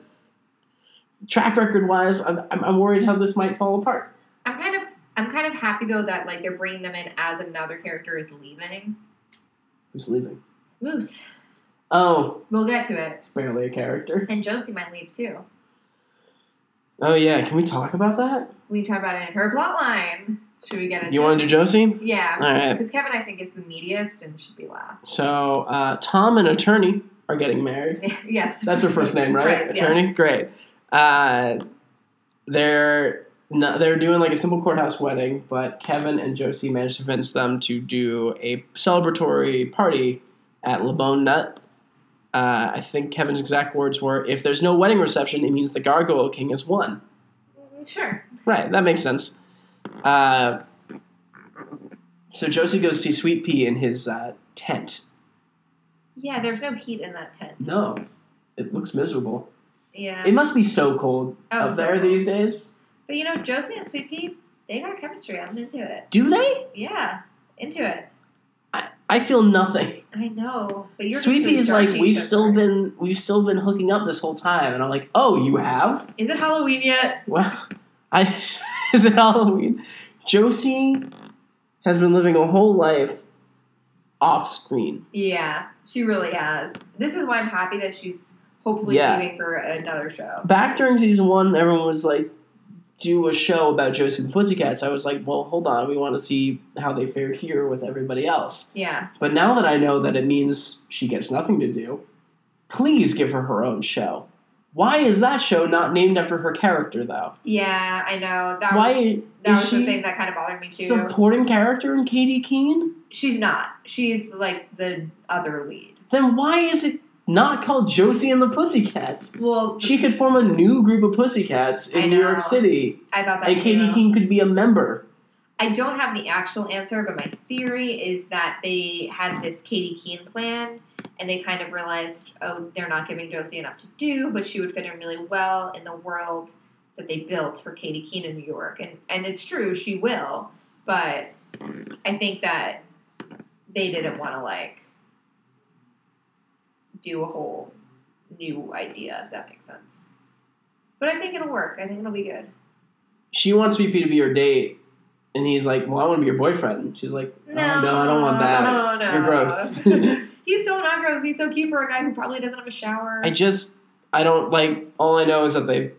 track record wise, I'm, I'm I'm worried how this might fall apart.
I'm kind of I'm kind of happy though that like they're bringing them in as another character is leaving.
who's leaving.
Moose.
Oh,
We'll get to it.
it's barely a character.
And Josie might leave too.
Oh yeah, can we talk about that?
We can talk about it in her plot line. Should we get into
You want to do Josie?
it? Yeah.
All right.
Because Kevin, I think, is the meatiest and should be last.
So uh, Tom and Attorney are getting married.
*laughs* yes.
That's her
*laughs*
first name, right?
Right, yes.
Attorney. Great. Uh, they're no, they're doing like a simple courthouse wedding, but Kevin and Josie managed to convince them to do a celebratory party at La Bone Nut. Uh, I think Kevin's exact words were, "If there's no wedding reception, it means the Gargoyle King has won."
Sure.
Right, that makes sense. Uh, so Josie goes to see Sweet Pea in his uh, tent.
Yeah, there's no heat in that tent.
No, it looks miserable.
Yeah.
It must be so cold
Oh,
up
so
there
cold.
these days.
But you know, Josie and Sweet Pea, they got chemistry. I'm into it.
Do they?
Yeah, into it.
I feel nothing.
I know. But *laughs* you're
Sweet
just really
Pea's like
dark
we've
shade
still
dark.
been we've still been hooking up this whole time, and I'm like, oh, you have?
Is it Halloween yet?
Well, *laughs* I is it Halloween? Josie has been living a whole life off screen.
Yeah, she really has. This is why I'm happy that she's hopefully
Yeah.
leaving for another show.
back during season one, everyone was like, do a show about Josie and the Pussycats. I was like, well, hold on, we want to see how they fared here with everybody else.
Yeah,
But now that I know that it means she gets nothing to do, please give her her own show. Why is that show not named after her character, though?
yeah, I know. That
Why
was
is
that was
she
the thing that kind of bothered me too.
supporting character in Katie Keene?
she's not. She's like the other lead.
Then why is it not called Josie and the Pussycats?
Well,
She could form a new group of Pussycats
I
in New
know.
York City,
I thought that
and Katie
too.
Keene could be a member.
I don't have the actual answer, but my theory is that they had this Katie Keene plan and they kind of realized, oh, they're not giving Josie enough to do, but she would fit in really well in the world that they built for Katie Keene in New York. And and it's true, she will, but I think that they didn't want to like do a whole new idea, if that makes sense. But I think it'll work. I think it'll be good.
she wants VP to be her date, and he's like, "Well, I want to be your boyfriend." And she's like, "Oh,
No,
"No, no, I don't want that.
no,
You're
no."
gross."
*laughs*
*laughs*
He's so not gross. He's so cute for a guy who probably doesn't have a shower.
I just, I don't like. All I know is that they,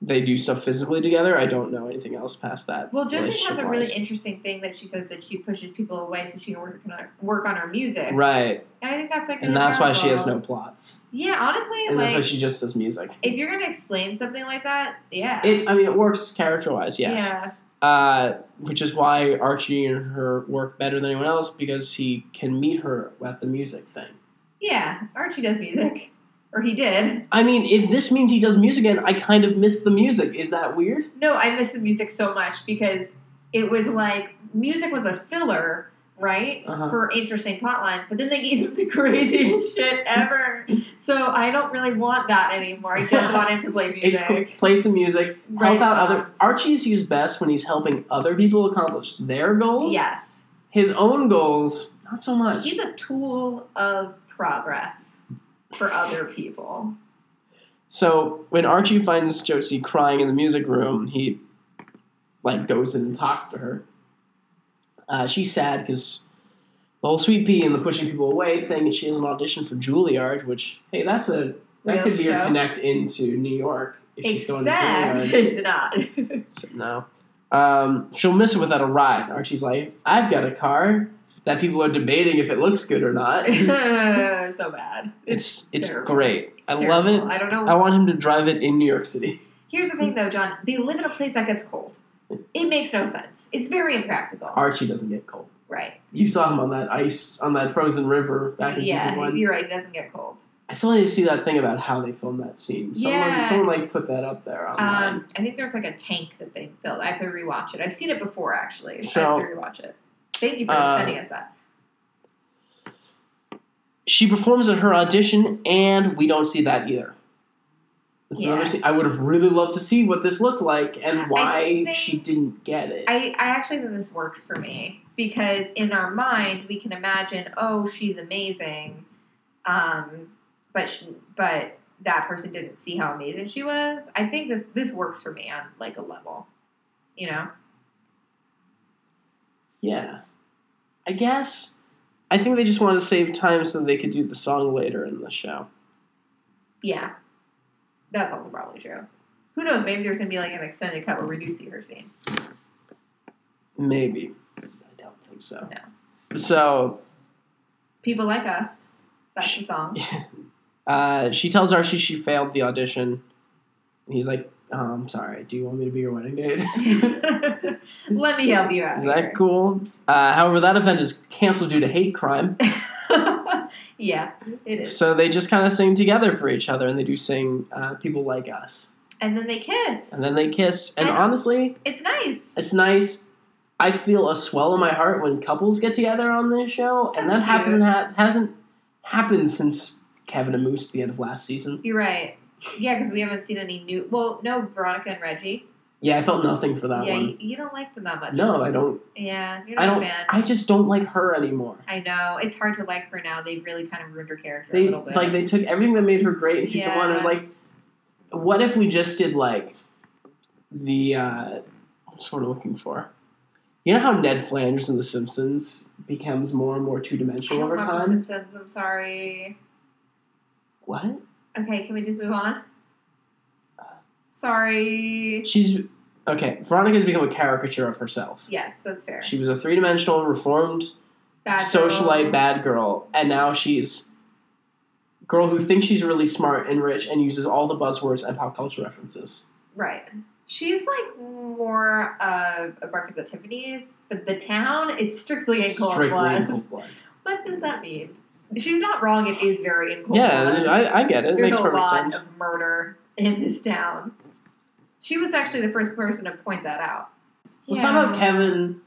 they do stuff physically together. I don't know anything else past that.
well, Josie has a really
relationship-wise.
interesting thing that she says that she pushes people away so she can work on work on her music.
right,
And I think that's like,
and
really
that's why she has
powerful.
no plots,
Yeah, honestly,
and
like
that's why she just does music.
if you're gonna explain something like that, yeah,
It, I mean, it works character-wise, yes.
yeah,
Uh, which is why Archie and her work better than anyone else because he can meet her at the music thing.
yeah. Archie does music, or he did.
I mean, if this means he does music again, I kind of miss the music. Is that weird?
No, I miss the music so much because it was like music was a filler, right?
Uh-huh.
for interesting plot lines, but then they gave him the *laughs* craziest shit ever. So I don't really want that anymore. I
*laughs*
just want him to play music.
It's cool. Play some music.
Write
help out other.
songs.
Archie's used best when he's helping other people accomplish their goals.
Yes.
His own goals, not so much.
He's a tool of progress for other people.
so when Archie finds Josie crying in the music room, he like goes in and talks to her. Uh, she's sad because the whole sweet pea and the pushing people away thing, and she has an audition for Juilliard, which hey, that's a that
Real
could be her
show.
connect into New York if she's going to Juilliard.
Except it's not. *laughs*
So no. Um, she'll miss it without a ride. Archie's like, I've got a car that people are debating if it looks good
*laughs*
or not.
so bad.
it's it's
terrible.
great.
It's
I love
terrible.
it.
I don't know.
I want him to drive it in New York City.
Here's the thing though, John. They live in a place that gets cold. It makes no sense. It's very impractical.
Archie doesn't get cold.
right.
You saw him on that ice on that frozen river back in season
Yeah,
one.
you're right. It doesn't get cold.
I still need to see that thing about how they filmed that scene. Someone,
Yeah.
someone like put that up there online.
Um, I think there's like a tank that they built. I have to rewatch it. I've seen it before, actually. I
So-
have to rewatch it. Thank you for
Uh,
sending us that.
she performs at her audition, and we don't see that either. That's another
Yeah.
scene. I would have really loved to see what this looked like and why
think-
she didn't get it.
I, I actually think this works for me because in our mind we can imagine, oh, she's amazing, um, but she, but that person didn't see how amazing she was. I think this this works for me on like a level, you know.
yeah, I guess. I think they just wanted to save time so they could do the song later in the show.
Yeah, that's also probably true. Who knows? Maybe there's gonna be like an extended cut where we do see her scene.
Maybe. I don't think so. So
People like us. That's the song.
uh, she tells Archie she failed the audition. And he's like, oh, I'm sorry. Do you want me to be your
*laughs*
wedding date?
Let me help you out.
Is that cool? Uh, however, that event is canceled due to
*laughs*
hate crime.
cool? *laughs* yeah, it is.
So they just kind of sing together for each other, and they do sing uh, "People Like Us,"
And then they kiss.
and then they kiss. And
I-
honestly,
it's nice.
it's nice. I feel a swell in my heart when couples get together on this show, and that
That's
happens
cute.
ha- hasn't happened since Kevin and Moose at the end of last season.
You're right. Yeah, because we haven't seen any new. Well, no, Veronica and Reggie.
Yeah, I felt nothing for that
yeah,
one.
You, you don't like them that much.
No, I don't.
Yeah, you're not
I don't.
a fan.
I just don't like her anymore.
I know it's hard to like her now. They really kind of ruined her character a
They
little bit.
like they took everything that made her great in season one. and It was
Yeah.
like, what if we just did like the uh, what's what I'm looking for? You know how Ned Flanders in The Simpsons becomes more and more two
I
dimensional
don't
over
love The
time.
Simpsons. I'm sorry.
What?
Okay, can we just move on?
Uh.
Sorry.
She's okay. Veronica's become a caricature of herself.
Yes, that's fair.
She was a three dimensional, reformed
Bad girl.
socialite bad girl, and now she's girl who thinks she's really smart and rich and uses all the buzzwords and pop culture references.
Right. She's like more of a Breakfast at Tiffany's, but the town it's strictly in cold
Strictly
blood.
in cold blood.
What does that mean? She's not wrong. It is very in cold blood.
Yeah, I, I get it. It
There's
makes
a
perfect
lot
sense.
of murder in this town. She was actually the first person to point that out.
Let's
Yeah.
talk about Kevin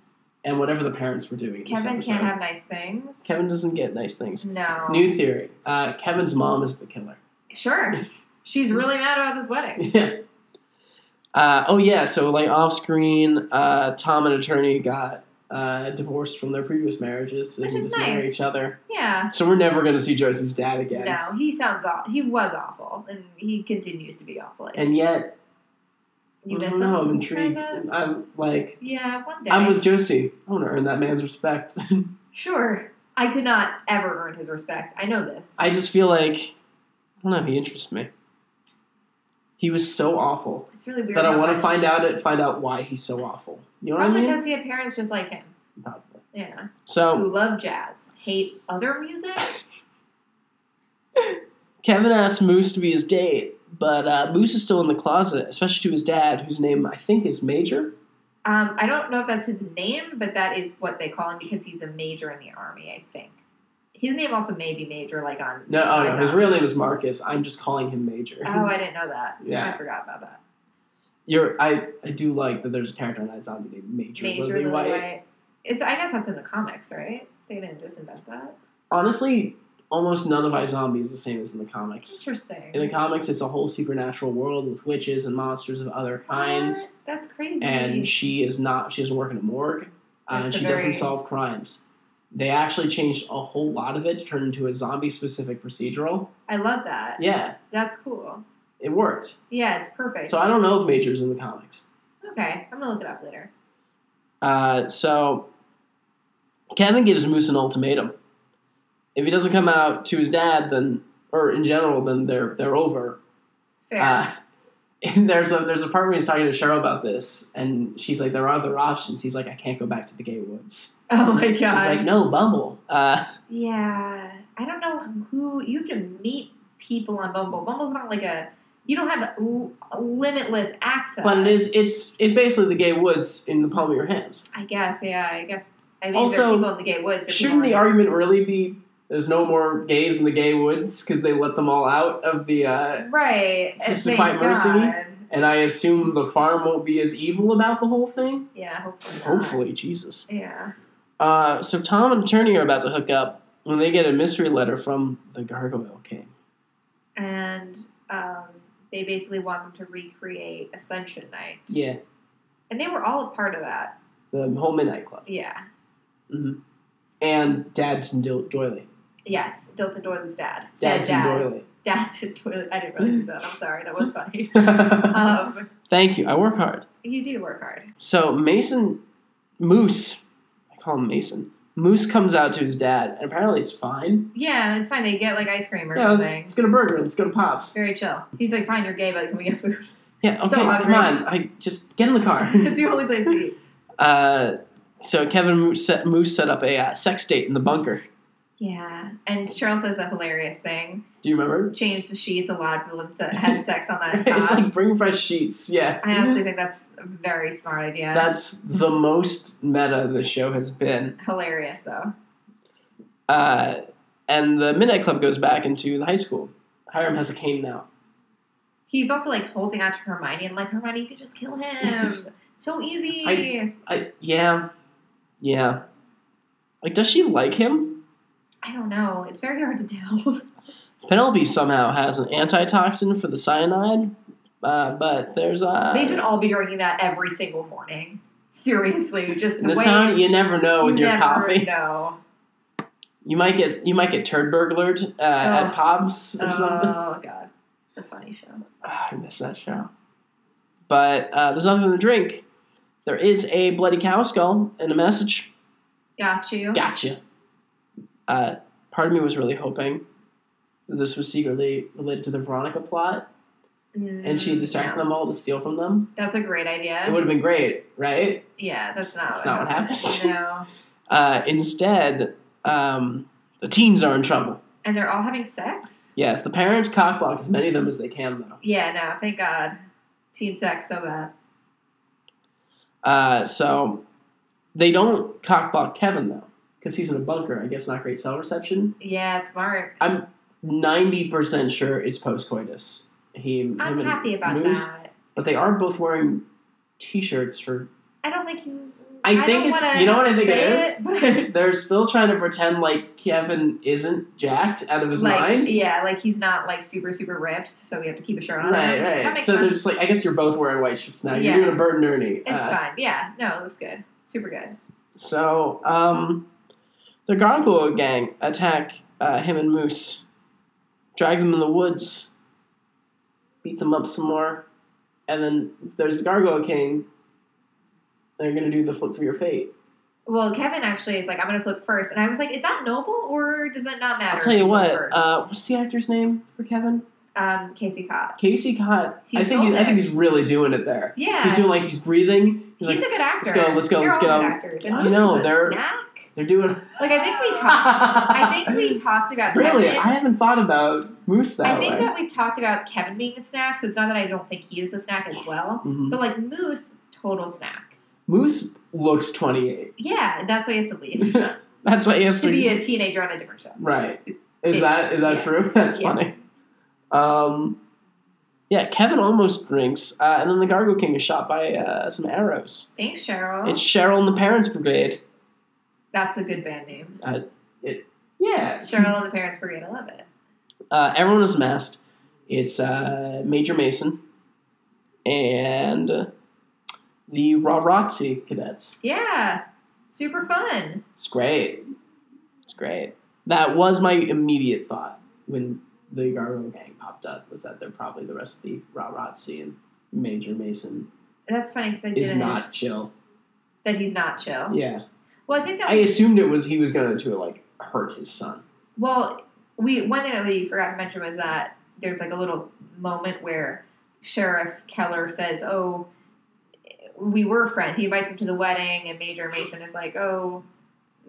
and whatever the parents were doing. in this
Kevin
episode.
can't have nice things.
Kevin doesn't get nice things.
No.
New theory: uh, Kevin's mom is the killer.
sure. She's really mad about this wedding.
Yeah. *laughs* Uh, oh yeah. So like off screen, uh, Tom and attorney got uh, divorced from their previous marriages. They
Which
can
is
just marry
nice.
each other.
Yeah.
So we're never gonna see Josie's dad again.
No, he sounds awful. He was awful, and he continues to be awful.
And yet,
you
I
miss
don't know.
him,
I'm intrigued.
kinda?
I'm like,
Yeah, one day.
I'm with Josie. I want to earn that man's respect. *laughs*
Sure. I could not ever earn his respect. I know this.
I just feel like I don't know. He interests me. He was so awful
it's really weird.
that I
how
want to
much-
find out it, find out why he's so awful. You know what
Probably
I mean? Oh.
because he had parents just like him.
Probably.
Yeah.
So
Who love jazz, hate other music.
Kevin asked Moose to be his date, but uh, Moose is still in the closet, especially to his dad, whose name I think is Major.
Um, I don't know if that's his name, but that is what they call him because he's a major in the army, I think. His name also may be major, like on.
No, oh no,
Eyes
his
Out.
real name is Marcus. I'm just calling him Major.
Oh, I didn't know that.
Yeah.
I forgot about that.
You're, I, I do like that. There's a character on that zombie named Major,
Major
Lily
Lily
White.
White. Is I guess that's in the comics, right? They didn't just invent that.
Honestly, almost none of iZombie is the same as in the comics.
Interesting.
In the comics, it's a whole supernatural world with witches and monsters of other kinds,
What? That's crazy.
and she is not. She doesn't work in a morgue, uh, and
That's a
she
very-
doesn't solve crimes. They actually changed a whole lot of it to turn into a zombie-specific procedural.
I love that.
Yeah,
That's cool.
it worked.
Yeah, it's perfect.
So I don't know if Major's in the comics.
Okay, I'm gonna look it up later.
Uh, so Kevin gives Moose an ultimatum: if he doesn't come out to his dad, then or in general, then they're they're over.
Fair.
Uh, *laughs* and there's a there's a part where he's talking to Cheryl about this, and she's like, "There are other options." He's like, "I can't go back to the gay woods."
*laughs* oh my god.
She's like, "No, Bumble." Uh,
Yeah, I don't know who you have to meet people on Bumble. Bumble's not like a you don't have l- limitless access.
But it is it's it's basically the gay woods in the palm of your hands.
I guess, yeah, I guess. I mean, there
Also,
are people in the gay woods. there are people
Shouldn't the
in-
argument really be there's no more gays in the gay woods because they let them all out of the uh,
right?
It's just
thank
by mercy?
God.
and I assume the farm won't be as evil about the whole thing?
Yeah, hopefully. not.
Hopefully, Jesus.
Yeah.
Uh, so Tom and Turney are about to hook up when they get a mystery letter from the Gargoyle King.
and um, they basically want them to recreate Ascension Night,
Yeah,
and they were all a part of that.
the whole Midnight Club.
Yeah.
hmm And Dad's and Dil- Doily.
Yes, Dilton Doyle's dad.
Dad's
dad, dad.
and
Dad's and Doyle. I didn't realize he said that. I'm sorry. That was funny. *laughs*
Doily. *laughs*
Um,
Uh, Thank you. I work hard.
you do work hard.
So Mason Moose, I call him Mason. Moose comes out to his dad, and apparently it's fine.
Yeah, it's fine. They get like ice cream or
Yeah, let's,
something.
let's get a burger. Let's go to Pops.
Very chill. He's like, fine, you're gay, but can we get food? *laughs*
Yeah,
so
okay, come
hungry.
on. I just get in the car. *laughs*
it's the only place to eat.
uh, so Kevin Moose set, Moose set up a uh, sex date in the bunker.
Yeah. And Cheryl says a hilarious thing.
Do you remember? *laughs*
Changed the sheets. A lot of people have said- had sex on that.
it's
pod.
like bring fresh sheets. Yeah.
Uh-huh. I honestly think that's a very smart idea.
That's the most meta the show has been.
hilarious though.
Uh, and the Midnight Club goes back into the high school. Hiram has a cane now.
He's also like holding out to Hermione. I'm like, Hermione, you could just kill
*laughs*
him. so easy. I,
I yeah, yeah. Like, does she like him?
don't know. It's very hard to tell. *laughs*
Penelope somehow has an antitoxin for the cyanide, uh, but there's uh,
they should all be drinking that every single morning. Seriously, just
in
the
this
way
town you never know with
you
your
never
coffee. *laughs*
know.
You might get you might get turd burglared uh, at
Oh.
Pops or something. *laughs*
Oh god, it's a funny show.
Ah, I miss that show. But uh, there's nothing to drink. There is a bloody cow skull and a message.
Got you.
Gotcha. Uh, part of me was really hoping that this was secretly related to the Veronica plot,
Mm,
and she distracted
no.
them all to steal from them.
That's a great
It
idea.
would have been great, right?
Yeah, that's not.
That's not what
*laughs*
happens.
No,
Uh, instead, um, the teens are in trouble.
and they're all having sex.
Yes, the parents cockblock as many of them as they can, though.
Yeah, no, thank God. Teen sex so bad.
Uh, so they don't cockblock Kevin though, because he's in a bunker. I guess not great cell reception.
Yeah, it's smart.
I'm ninety percent sure it's post coitus. He, him
I'm
and
happy about
Moose,
that.
but they are both wearing t-shirts for.
I don't think you.
I, think
don't
it's
wanna
you know
have
what I
to
think
say
it
but-
is. They're still trying to pretend like Kevin isn't jacked out of *laughs* his
like,
mind.
Yeah, like he's not like super super ripped, so we have to keep a shirt on.
Right,
him. That
right.
makes
So they're
sense.
just like, I guess you're both wearing white shirts now.
Yeah.
You're doing a Bert and Ernie.
it's
Uh,
fine. Yeah, no, it looks good. Super good.
So, um, the Gargoyle Gang attack uh, him and Moose, drag them in the woods, beat them up some more, and then there's the Gargoyle King. They're gonna do the flip for your fate.
Well, Kevin actually is like, I'm gonna flip first, and I was like, is that noble or does that not matter?
I'll tell you
if flip
what.
first?
Uh, what's the actor's name for Kevin?
um, Casey Cott.
Casey Cott.
He
I think.
sold
He, I think
it.
he's really doing it there.
Yeah,
He's doing like he's breathing. He's,
He's
like
a good actor.
go, let's go,
They're
let's
all
go.
Good actors. And
I
Moose
know,
is a
they're-
snack.
they're doing.
Like I think we talked. *laughs* I think we talked about
*laughs* Really,
Kevin.
I haven't thought about Moose that
I
way.
think that we've talked about Kevin being a snack, so it's not that I don't think he is a snack as well.
Mhm.
But like Moose, total snack.
Moose looks twenty eight.
Yeah, that's why he has to leave.
*laughs* That's what E he has
to be a teenager on a different show.
Right. Is
Yeah.
that is that
Yeah.
true? *laughs* That's
Yeah.
funny. Um, yeah, Kevin almost drinks, uh, and then the Gargoyle King is shot by uh, some arrows.
Thanks, Cheryl.
It's Cheryl and the Parents Brigade.
that's a good band name.
Yeah.
Cheryl and the Parents Brigade. I love it.
Uh, everyone is masked. It's uh, Major Mason and uh, the Rarazzi cadets.
Yeah, super fun.
It's great. It's great. That was my immediate thought when the Gargoyle Gang popped up was that they're probably the rest of the Rarazzi and Major Mason
That's funny because I
is
didn't
not chill.
that he's not chill.
Yeah,
Well, I think that
I assumed it was he was going to like hurt his son.
Well, we one thing that we forgot to mention was that there's like a little moment where Sheriff Keller says, "Oh, we were friends." He invites him to the wedding, and Major Mason is like, "Oh,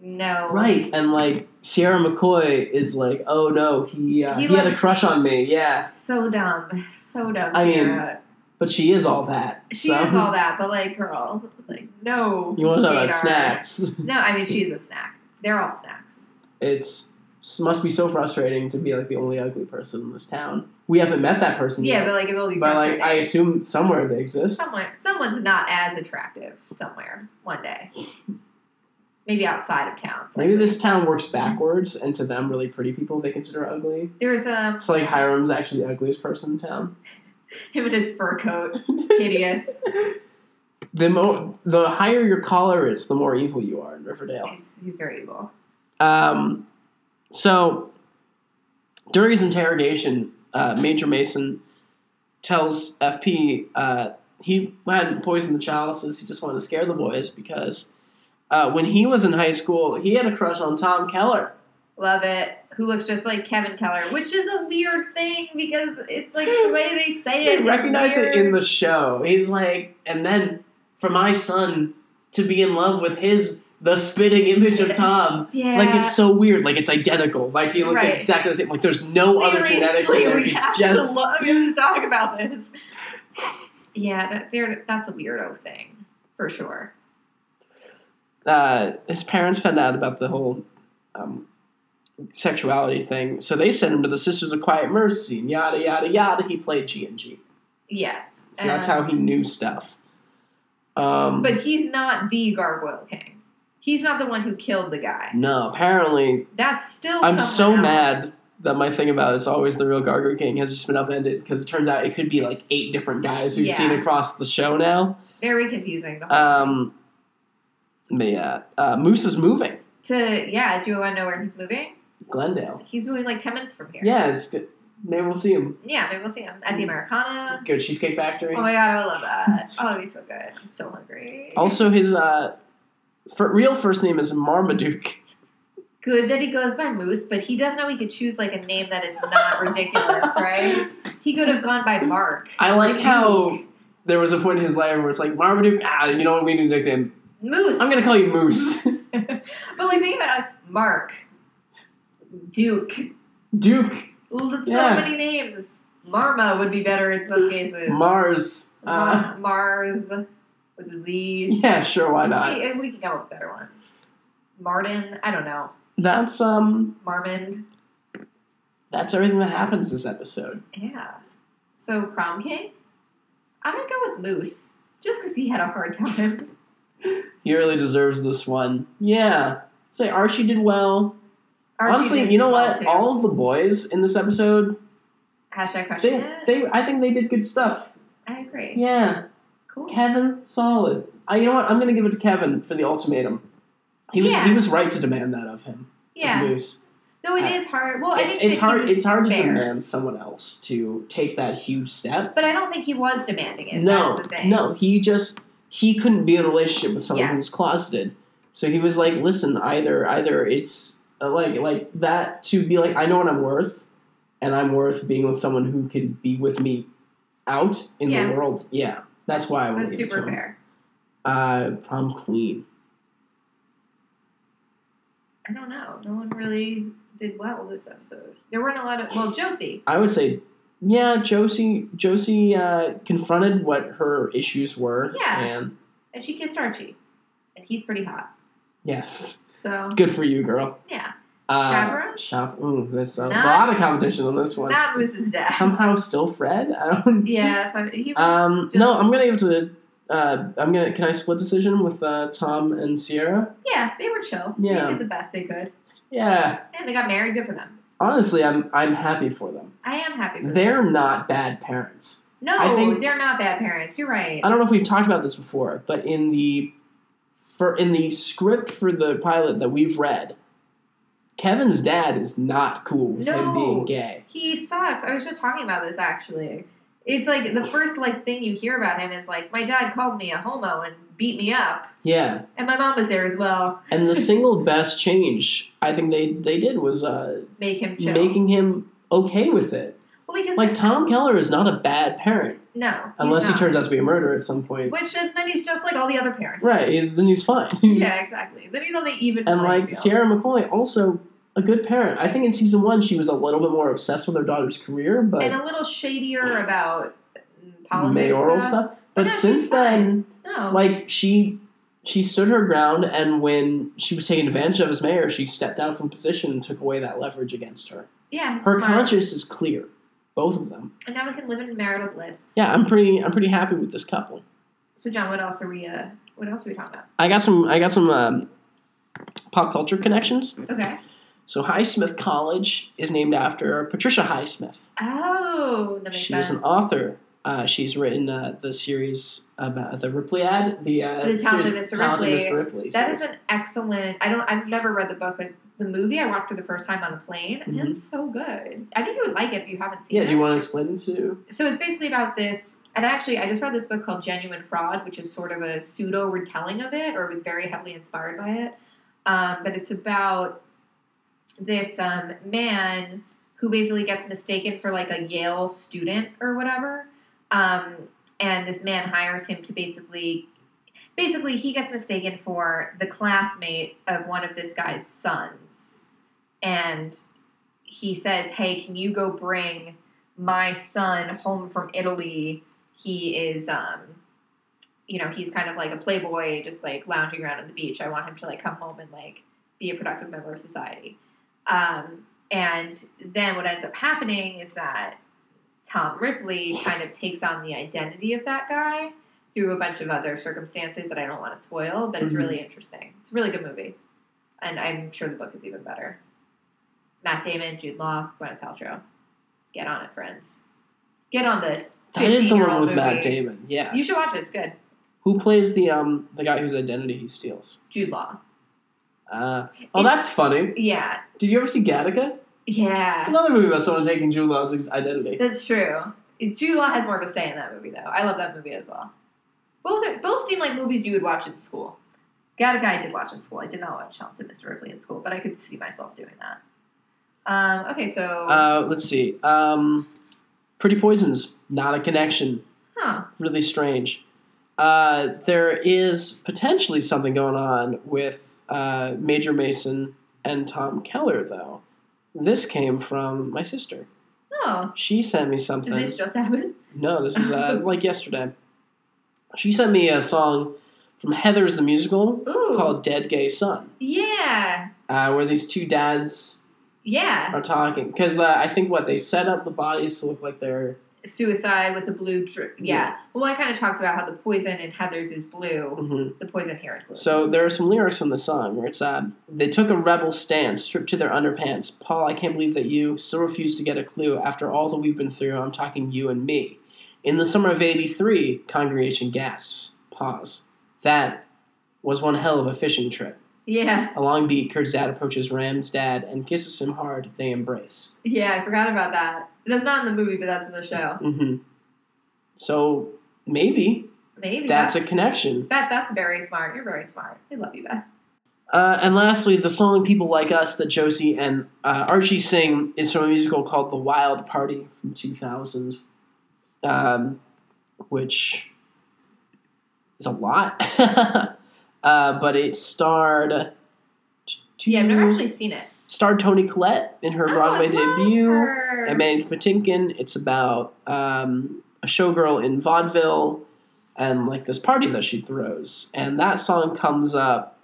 no.
Right. And like Sierra McCoy is like, oh no, he uh,
He
he, had a
loves-
crush on me. Yeah,
So dumb. So dumb,
I mean,
Sarah.
but she is all that.
she
so.
is all that, but like, girl, like, no.
*laughs* You want to talk about
Nadar.
snacks?
No, I mean, she's a snack. They're all snacks.
It's must be so frustrating to be like the only ugly person in this town. We haven't met that person
Yeah,
yet,
but like, it will be
but like
frustrating.
I assume somewhere they exist.
Somewhere, someone's not as attractive somewhere one day. Maybe outside of town.
Maybe
slightly.
this town works backwards, and to them, really pretty people they consider ugly.
There's um,
So like Hiram's actually the ugliest person in town.
him in his fur
*laughs*
coat. Hideous.
The mo- the higher your collar is, the more evil you are in Riverdale.
he's, he's very evil.
Um, so during his interrogation, uh, Major Mason tells FP uh, he hadn't poisoned the chalices. He just wanted to scare the boys because uh, when he was in high school, he had a crush on Tom Keller.
Love it. Who looks just like Kevin Keller, which is a weird thing because it's like the way they say it.
They
is
recognize it
weird.
in the show. He's like, and then for my son to be in love with his the spitting image of Tom.
yeah.
Like it's so weird. Like it's identical. Like he looks like
Right.
exactly the same. Like there's no other genetics in
Seriously,
there.
we
It's
have to
just
lo- we have to talk about this. yeah, that, there. That's a weirdo thing for sure.
uh, his parents found out about the whole um, sexuality thing, so they sent him to the Sisters of Quiet Mercy and yada yada yada. He played G and G,
Yes,
so that's
Um,
how he knew stuff. Um,
But he's not the Gargoyle King. He's not the one who killed the guy.
no, apparently
That's still.
I'm so
someone else.
mad that my thing about it's always the real Gargoyle King has just been upended because it turns out it could be like eight different guys we've
Yeah.
seen across the show now.
Very confusing. The whole
Um, but yeah, uh, Moose is moving.
to yeah, do you want to know where he's moving?
Glendale.
He's moving like ten minutes from here.
Yeah, Mm. it's good. Maybe we'll see him.
Yeah, maybe we'll see him at the Americana.
Go to Cheesecake Factory.
Um, Oh my god, I would love that. Oh, that'd be so good. I'm so hungry.
also, his uh, for real first name is Marmaduke.
good that he goes by Moose, but he does know he could choose like a name that is
*laughs*
not ridiculous, right? He could have gone by Mark.
I
Marmaduke.
like how there was a point in his life where it's like Marmaduke. Ah, you know what? We need a nickname.
Moose.
I'm gonna call you Moose. *laughs*
But like think about it, Mark, Duke.
Duke,
Well, that's
Yeah.
so many names. Marma would be better in some cases.
Mars. Uh,
Ma- Mars with a Z.
*laughs* yeah, sure. Why not?
We, we can come up with better ones. Martin. I don't know.
That's um.
Marmon.
That's everything that happens this episode.
Yeah. So prom king. I'm gonna go with Moose, just because he had a hard time. *laughs*
He really deserves this one. Yeah. Say Archie did well.
Archie
Honestly,
did
you know
well,
what?
too.
All of the boys in this episode,
hashtag question.
they, they, I think they did good stuff.
I agree.
Yeah.
Cool.
Kevin, solid. I, you know what? I'm going to give it to Kevin for the ultimatum. He was
Yeah.
he was right to demand that of him. of
yeah.
Moose.
No, it
I-
is hard. Well, I
It-
think
it's
that he
hard.
was
It's hard to
fair.
demand someone else to take that huge step.
But I don't think he was demanding it.
no,
That's the thing.
no. He just he couldn't be in a relationship with someone who
Yes.
was closeted. So he was like, listen, either either it's uh, like like that to be like, I know what I'm worth, and I'm worth being with someone who can be with me out in
Yeah.
the world. Yeah, that's why I want
That's
to give it
super
to him.
fair.
Uh, prom queen.
I don't know. No one really did well this episode. There weren't a lot of well, Josie.
I would say, yeah, Josie. Josie uh, confronted what her issues were.
Yeah.
And
And she kissed Archie. And he's pretty hot.
yes,
So
good for you, girl.
yeah.
Uh,
Chaperone?
Chap- ooh, there's a
Not-
lot of competition on this one.
Not Moose's dad.
Somehow, still Fred. I don't.
yeah, so he was
Um.
just,
No, I'm gonna give it to. Uh, I'm gonna. Can I split decision with uh, Tom and Sierra?
Yeah, they were chill.
Yeah.
They did the best they could.
Yeah.
And they got married, good for them.
Honestly, I'm. I'm happy for them.
I am happy for them.
They're not bad parents. I
No,
think- Um,
they're not bad parents. You're right.
I don't know if we've talked about this before, but in the for in the script for the pilot that we've read, Kevin's dad is not cool with him
No.
being gay.
He sucks. I was just talking about this actually. It's like the first like thing you hear about him is like, my dad called me a homo and beat me up.
Yeah,
And my mom was there as well.
and the single best change I think they they did was uh,
Make him chill.
making him okay with it.
well, because
Like Tom Keller is not a bad parent.
No. he's
unless he
not.
turns out to be a murderer at some point.
Which is- then he's just like all the other parents.
Right, he- then he's fine.
*laughs*
*laughs*
Yeah, exactly. Then he's on the even.
and
playing
like
field.
Sierra McCoy, also a good parent. I think in season one she was a little bit more obsessed with her daughter's career, but
and a little shadier about politics.
mayoral
stuff.
stuff.
But
But
no, she's
since then,
No.
like she she stood her ground, and when she was taken advantage of as mayor, she stepped down from position and took away that leverage against her.
yeah.
Her
smart.
conscience is clear, both of them.
And now they can live in marital bliss.
Yeah, I'm pretty I'm pretty happy with this couple.
So John, what else are we? Uh, what else are we talking
I got some I got some um, pop culture connections.
about? Okay.
So Highsmith College is named after Patricia Highsmith.
Oh, that makes
She
sense.
is an author. Uh, she's written uh, the series about the Ripley ad, the, uh,
The Talented
series-
Mr.
Talented
Ripley.
Mr. Ripley
That is
series.
an excellent. I don't. I've never read the book, but the movie I watched for the first time on a plane, and it's so good. I think you would like it if you haven't seen
Mm-hmm. yeah,
it.
do you want to explain it to?
so it's basically about this. And actually, I just read this book called Genuine Fraud, which is sort of a pseudo retelling of it, or was very heavily inspired by it. Um, but it's about this um, man who basically gets mistaken for like a Yale student or whatever. Um, and this man hires him to basically basically he gets mistaken for the classmate of one of this guy's sons and he says hey can you go bring my son home from italy he is um you know he's kind of like a playboy just like lounging around on the beach i want him to like come home and like be a productive member of society um, and then what ends up happening is that tom ripley kind of takes on the identity of that guy through a bunch of other circumstances that i don't want to spoil but it's
Mhm.
really interesting it's a really good movie and i'm sure the book is even better matt damon jude law gwyneth paltrow get on it friends get on the
That is the one
15-year-old
with Matt
movie.
Damon. Yes.
you should watch it. It's good.
Who plays the um the guy whose identity he steals?
Jude Law.
Uh, oh,
It's-
that's funny.
Yeah.
Did you ever see Gattaca? It's
Yeah.
another movie about someone taking Jude Law's identity.
That's true. Jude Law has more of a say in that movie, though. I love that movie as well. Both are, both seem like movies you would watch in school. Gattaca I did watch in school. I did not watch Chelsea Mr. Ripley in school, but I could see myself doing that. Um, okay, so
Uh, let's see. Um, Pretty Poisons, not a connection.
huh.
Really strange. Uh, there is potentially something going on with uh, Major Mason and Tom Keller, though. This came from my sister.
Oh,
She sent me
did
something.
this just happen?
*laughs* No, this was uh, like yesterday. She sent me a song from Heather's the Musical
Ooh,
called Dead Gay Son,
yeah,
uh, where these two dads
yeah.
are talking. Because uh, I think what they set up the bodies to look like they're.
Suicide with the blue. Dri- yeah.
Yeah.
Well, I kind of talked about how the poison in Heather's is blue.
Mhm.
The poison here is blue.
So there are some lyrics from the song where it's uh, they took a rebel stance, stripped to their underpants. Paul, I can't believe that you still refuse to get a clue after all that we've been through. I'm talking you and me. In the summer of '83, congregation gasps. Pause. That was one hell of a fishing trip.
yeah,
A long beat, Kurt's dad approaches Ram's dad and kisses him hard. They embrace.
yeah. I forgot about that. That's not in the movie, but that's in the show.
hmm So maybe
Maybe
that's a connection.
Beth, that's very smart. You're very smart. We love you, Beth.
Uh, and lastly, the song "People Like Us" that Josie and uh, Archie sing is from a musical called "The Wild Party" from 2000, um, which is a lot. *laughs* uh, but it starred
Yeah, I've never actually seen it.
starred Toni Collette in her
Oh,
Broadway
I love
debut.
her.
Amanda Patinkin. It's about um, a showgirl in vaudeville and like this party that she throws. And that song comes up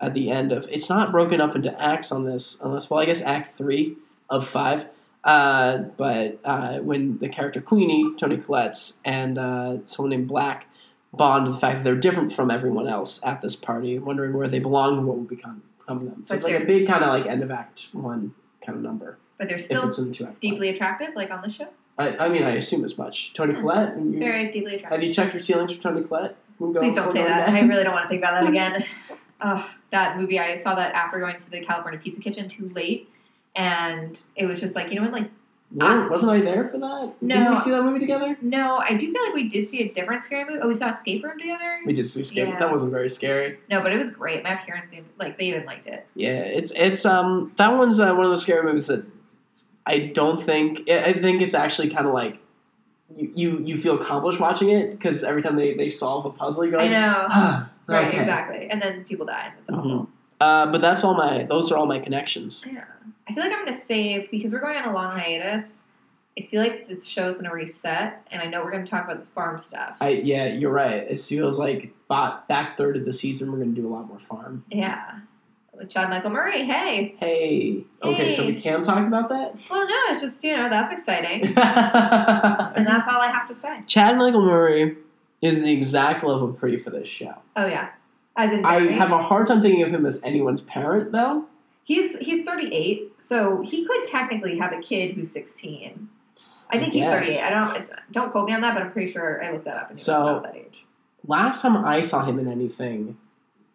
at the end of. It's not broken up into acts on this, unless well, I guess Act three of five. Uh, but uh, when the character Queenie, Tony Collette's, and uh, someone named Black bond with the fact that they're different from everyone else at this party, wondering where they belong and what will become of them.
But
So it's like a
there's-
big kind of like end of Act one kind of number.
but they're
if
still
it's in two act.
deeply attractive, like on the show.
I, I mean, I assume as much. Tony Collette. you-
Hmm. Very deeply attractive.
Mm. have you checked your ceilings for Tony Collette? We'll go-
Please don't
we'll
say
go
that.
with
I
*laughs*
really don't want to think about that again. Ugh, that movie, I saw that after going to the California Pizza Kitchen too late. And it was just like, you know what, like,
Weren't- wasn't I there for that? Did
Ah. No.
we see that movie together?
no, I do feel like we did see a different scary movie. Oh, we saw Escape Room together?
We did see Skip.
Yeah.
That wasn't very scary.
No, but it was great. My parents, even- like, they even liked it.
Yeah, it's it's um that one's uh, one of those scary movies that I don't think I I think it's actually kind of like you, you, you feel accomplished watching it because every time they, they solve a puzzle, you're
I
like,
know.
ah,
Right,
okay."
exactly. And then people die. and That's awful.
Mhm. Uh, but that's all my. Those are all my connections.
Yeah. I feel like I'm going to save because we're going on a long hiatus. I feel like this show's going to reset, and I know we're going to talk about the farm stuff.
I yeah, you're right. It feels like bot, back third of the season, we're gonna do a lot more farm.
yeah. With John Michael Murray, hey.
Hey, okay, so we
Hey.
can talk about
Well, no, it's just, you know, that's exciting.
that.
and that's all I have to say.
*laughs* Chad Michael Murray is the exact level of pretty for this show.
Oh, yeah. As in,
I
Barry.
have a hard time thinking of him as anyone's parent, though.
he's he's 38, so he could technically have a kid who's 16. I think he's
Yes.
38. I don't it's- don't quote me on that, but I'm pretty sure I looked that up and he
So-
was about that age.
Last time I saw him in anything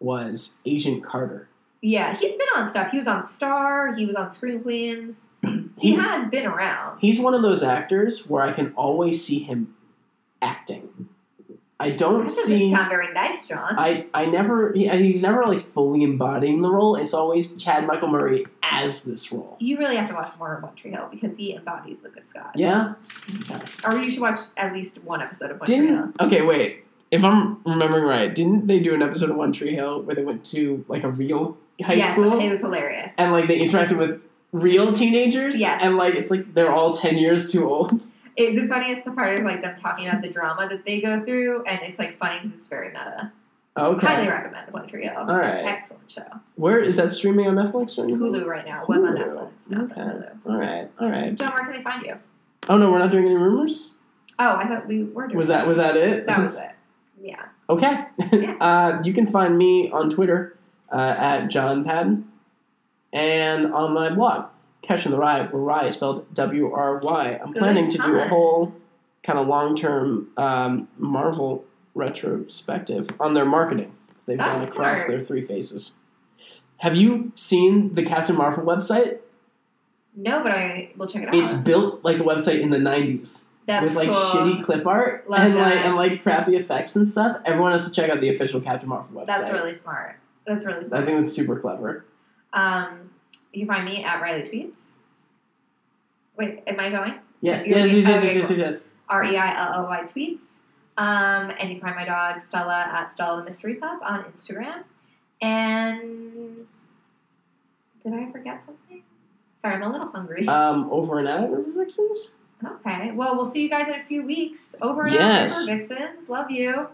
was Agent Carter.
Yeah, he's been on stuff. He was on Star. He was on Scream Queens. He
Hmm.
has been around.
He's one of those actors where I can always see him acting. I
That
don't
doesn't
see.
sound very nice, John.
I, I never he, and he's never like fully embodying the role. It's always Chad Michael Murray as this role.
you really have to watch more of One Tree Hill because he embodies Lucas Scott.
Yeah.
Or you should watch at least one episode of One Tree Hill.
Didn't okay wait. If I'm remembering right, didn't they do an episode of One Tree Hill where they went to like a real high
yes,
school
it was hilarious.
and like they interacted with real teenagers?
Yes.
And like it's like they're all ten years too old.
It, the funniest part is like them talking about the drama that they go through, and it's like funny because it's very meta.
Okay.
Highly recommend One Tree Hill.
all right.
Excellent show.
Where is that streaming on Netflix or anything?
Hulu right now. It was on
Hulu.
Netflix. Now it's on
Okay.
Hulu.
All right. All right.
John, where can they find you?
Oh no, we're not doing any rumors.
Oh, I thought we were doing
Was that was that it?
That was it. Yeah.
Okay.
Yeah.
*laughs* uh, you can find me on Twitter uh, at John Patton and on my blog, Catching the Rye, where Rye is spelled W R Y. I'm
Good
planning to do a
time.
whole kind of long term um, Marvel retrospective on their marketing they've done
That's
across
smart.
their three phases. Have you seen the Captain Marvel website?
No, but I will check it out.
It's built like a website in the 90s
That's
with like
cool.
shitty clip art
Love
and like
that.
and like crappy effects and stuff. Everyone has to check out the official Captain Marvel website.
That's really smart. That's really
I
smart.
think that's super clever.
Um, you can find me at Riley Tweets. Wait, am I going?
Yeah.
You're-
Yes, yes, yes,
okay,
yes, yes,
cool.
yes, yes.
R E I L L Y Tweets. Um, and you can find my dog Stella at Stella the Mystery Pup on Instagram. And did I forget something? Sorry, I'm a little hungry.
Um, over and out at River Vixens.
okay. Well, we'll see you guys in a few weeks. Over and
Yes.
out, River Vixens. Love you.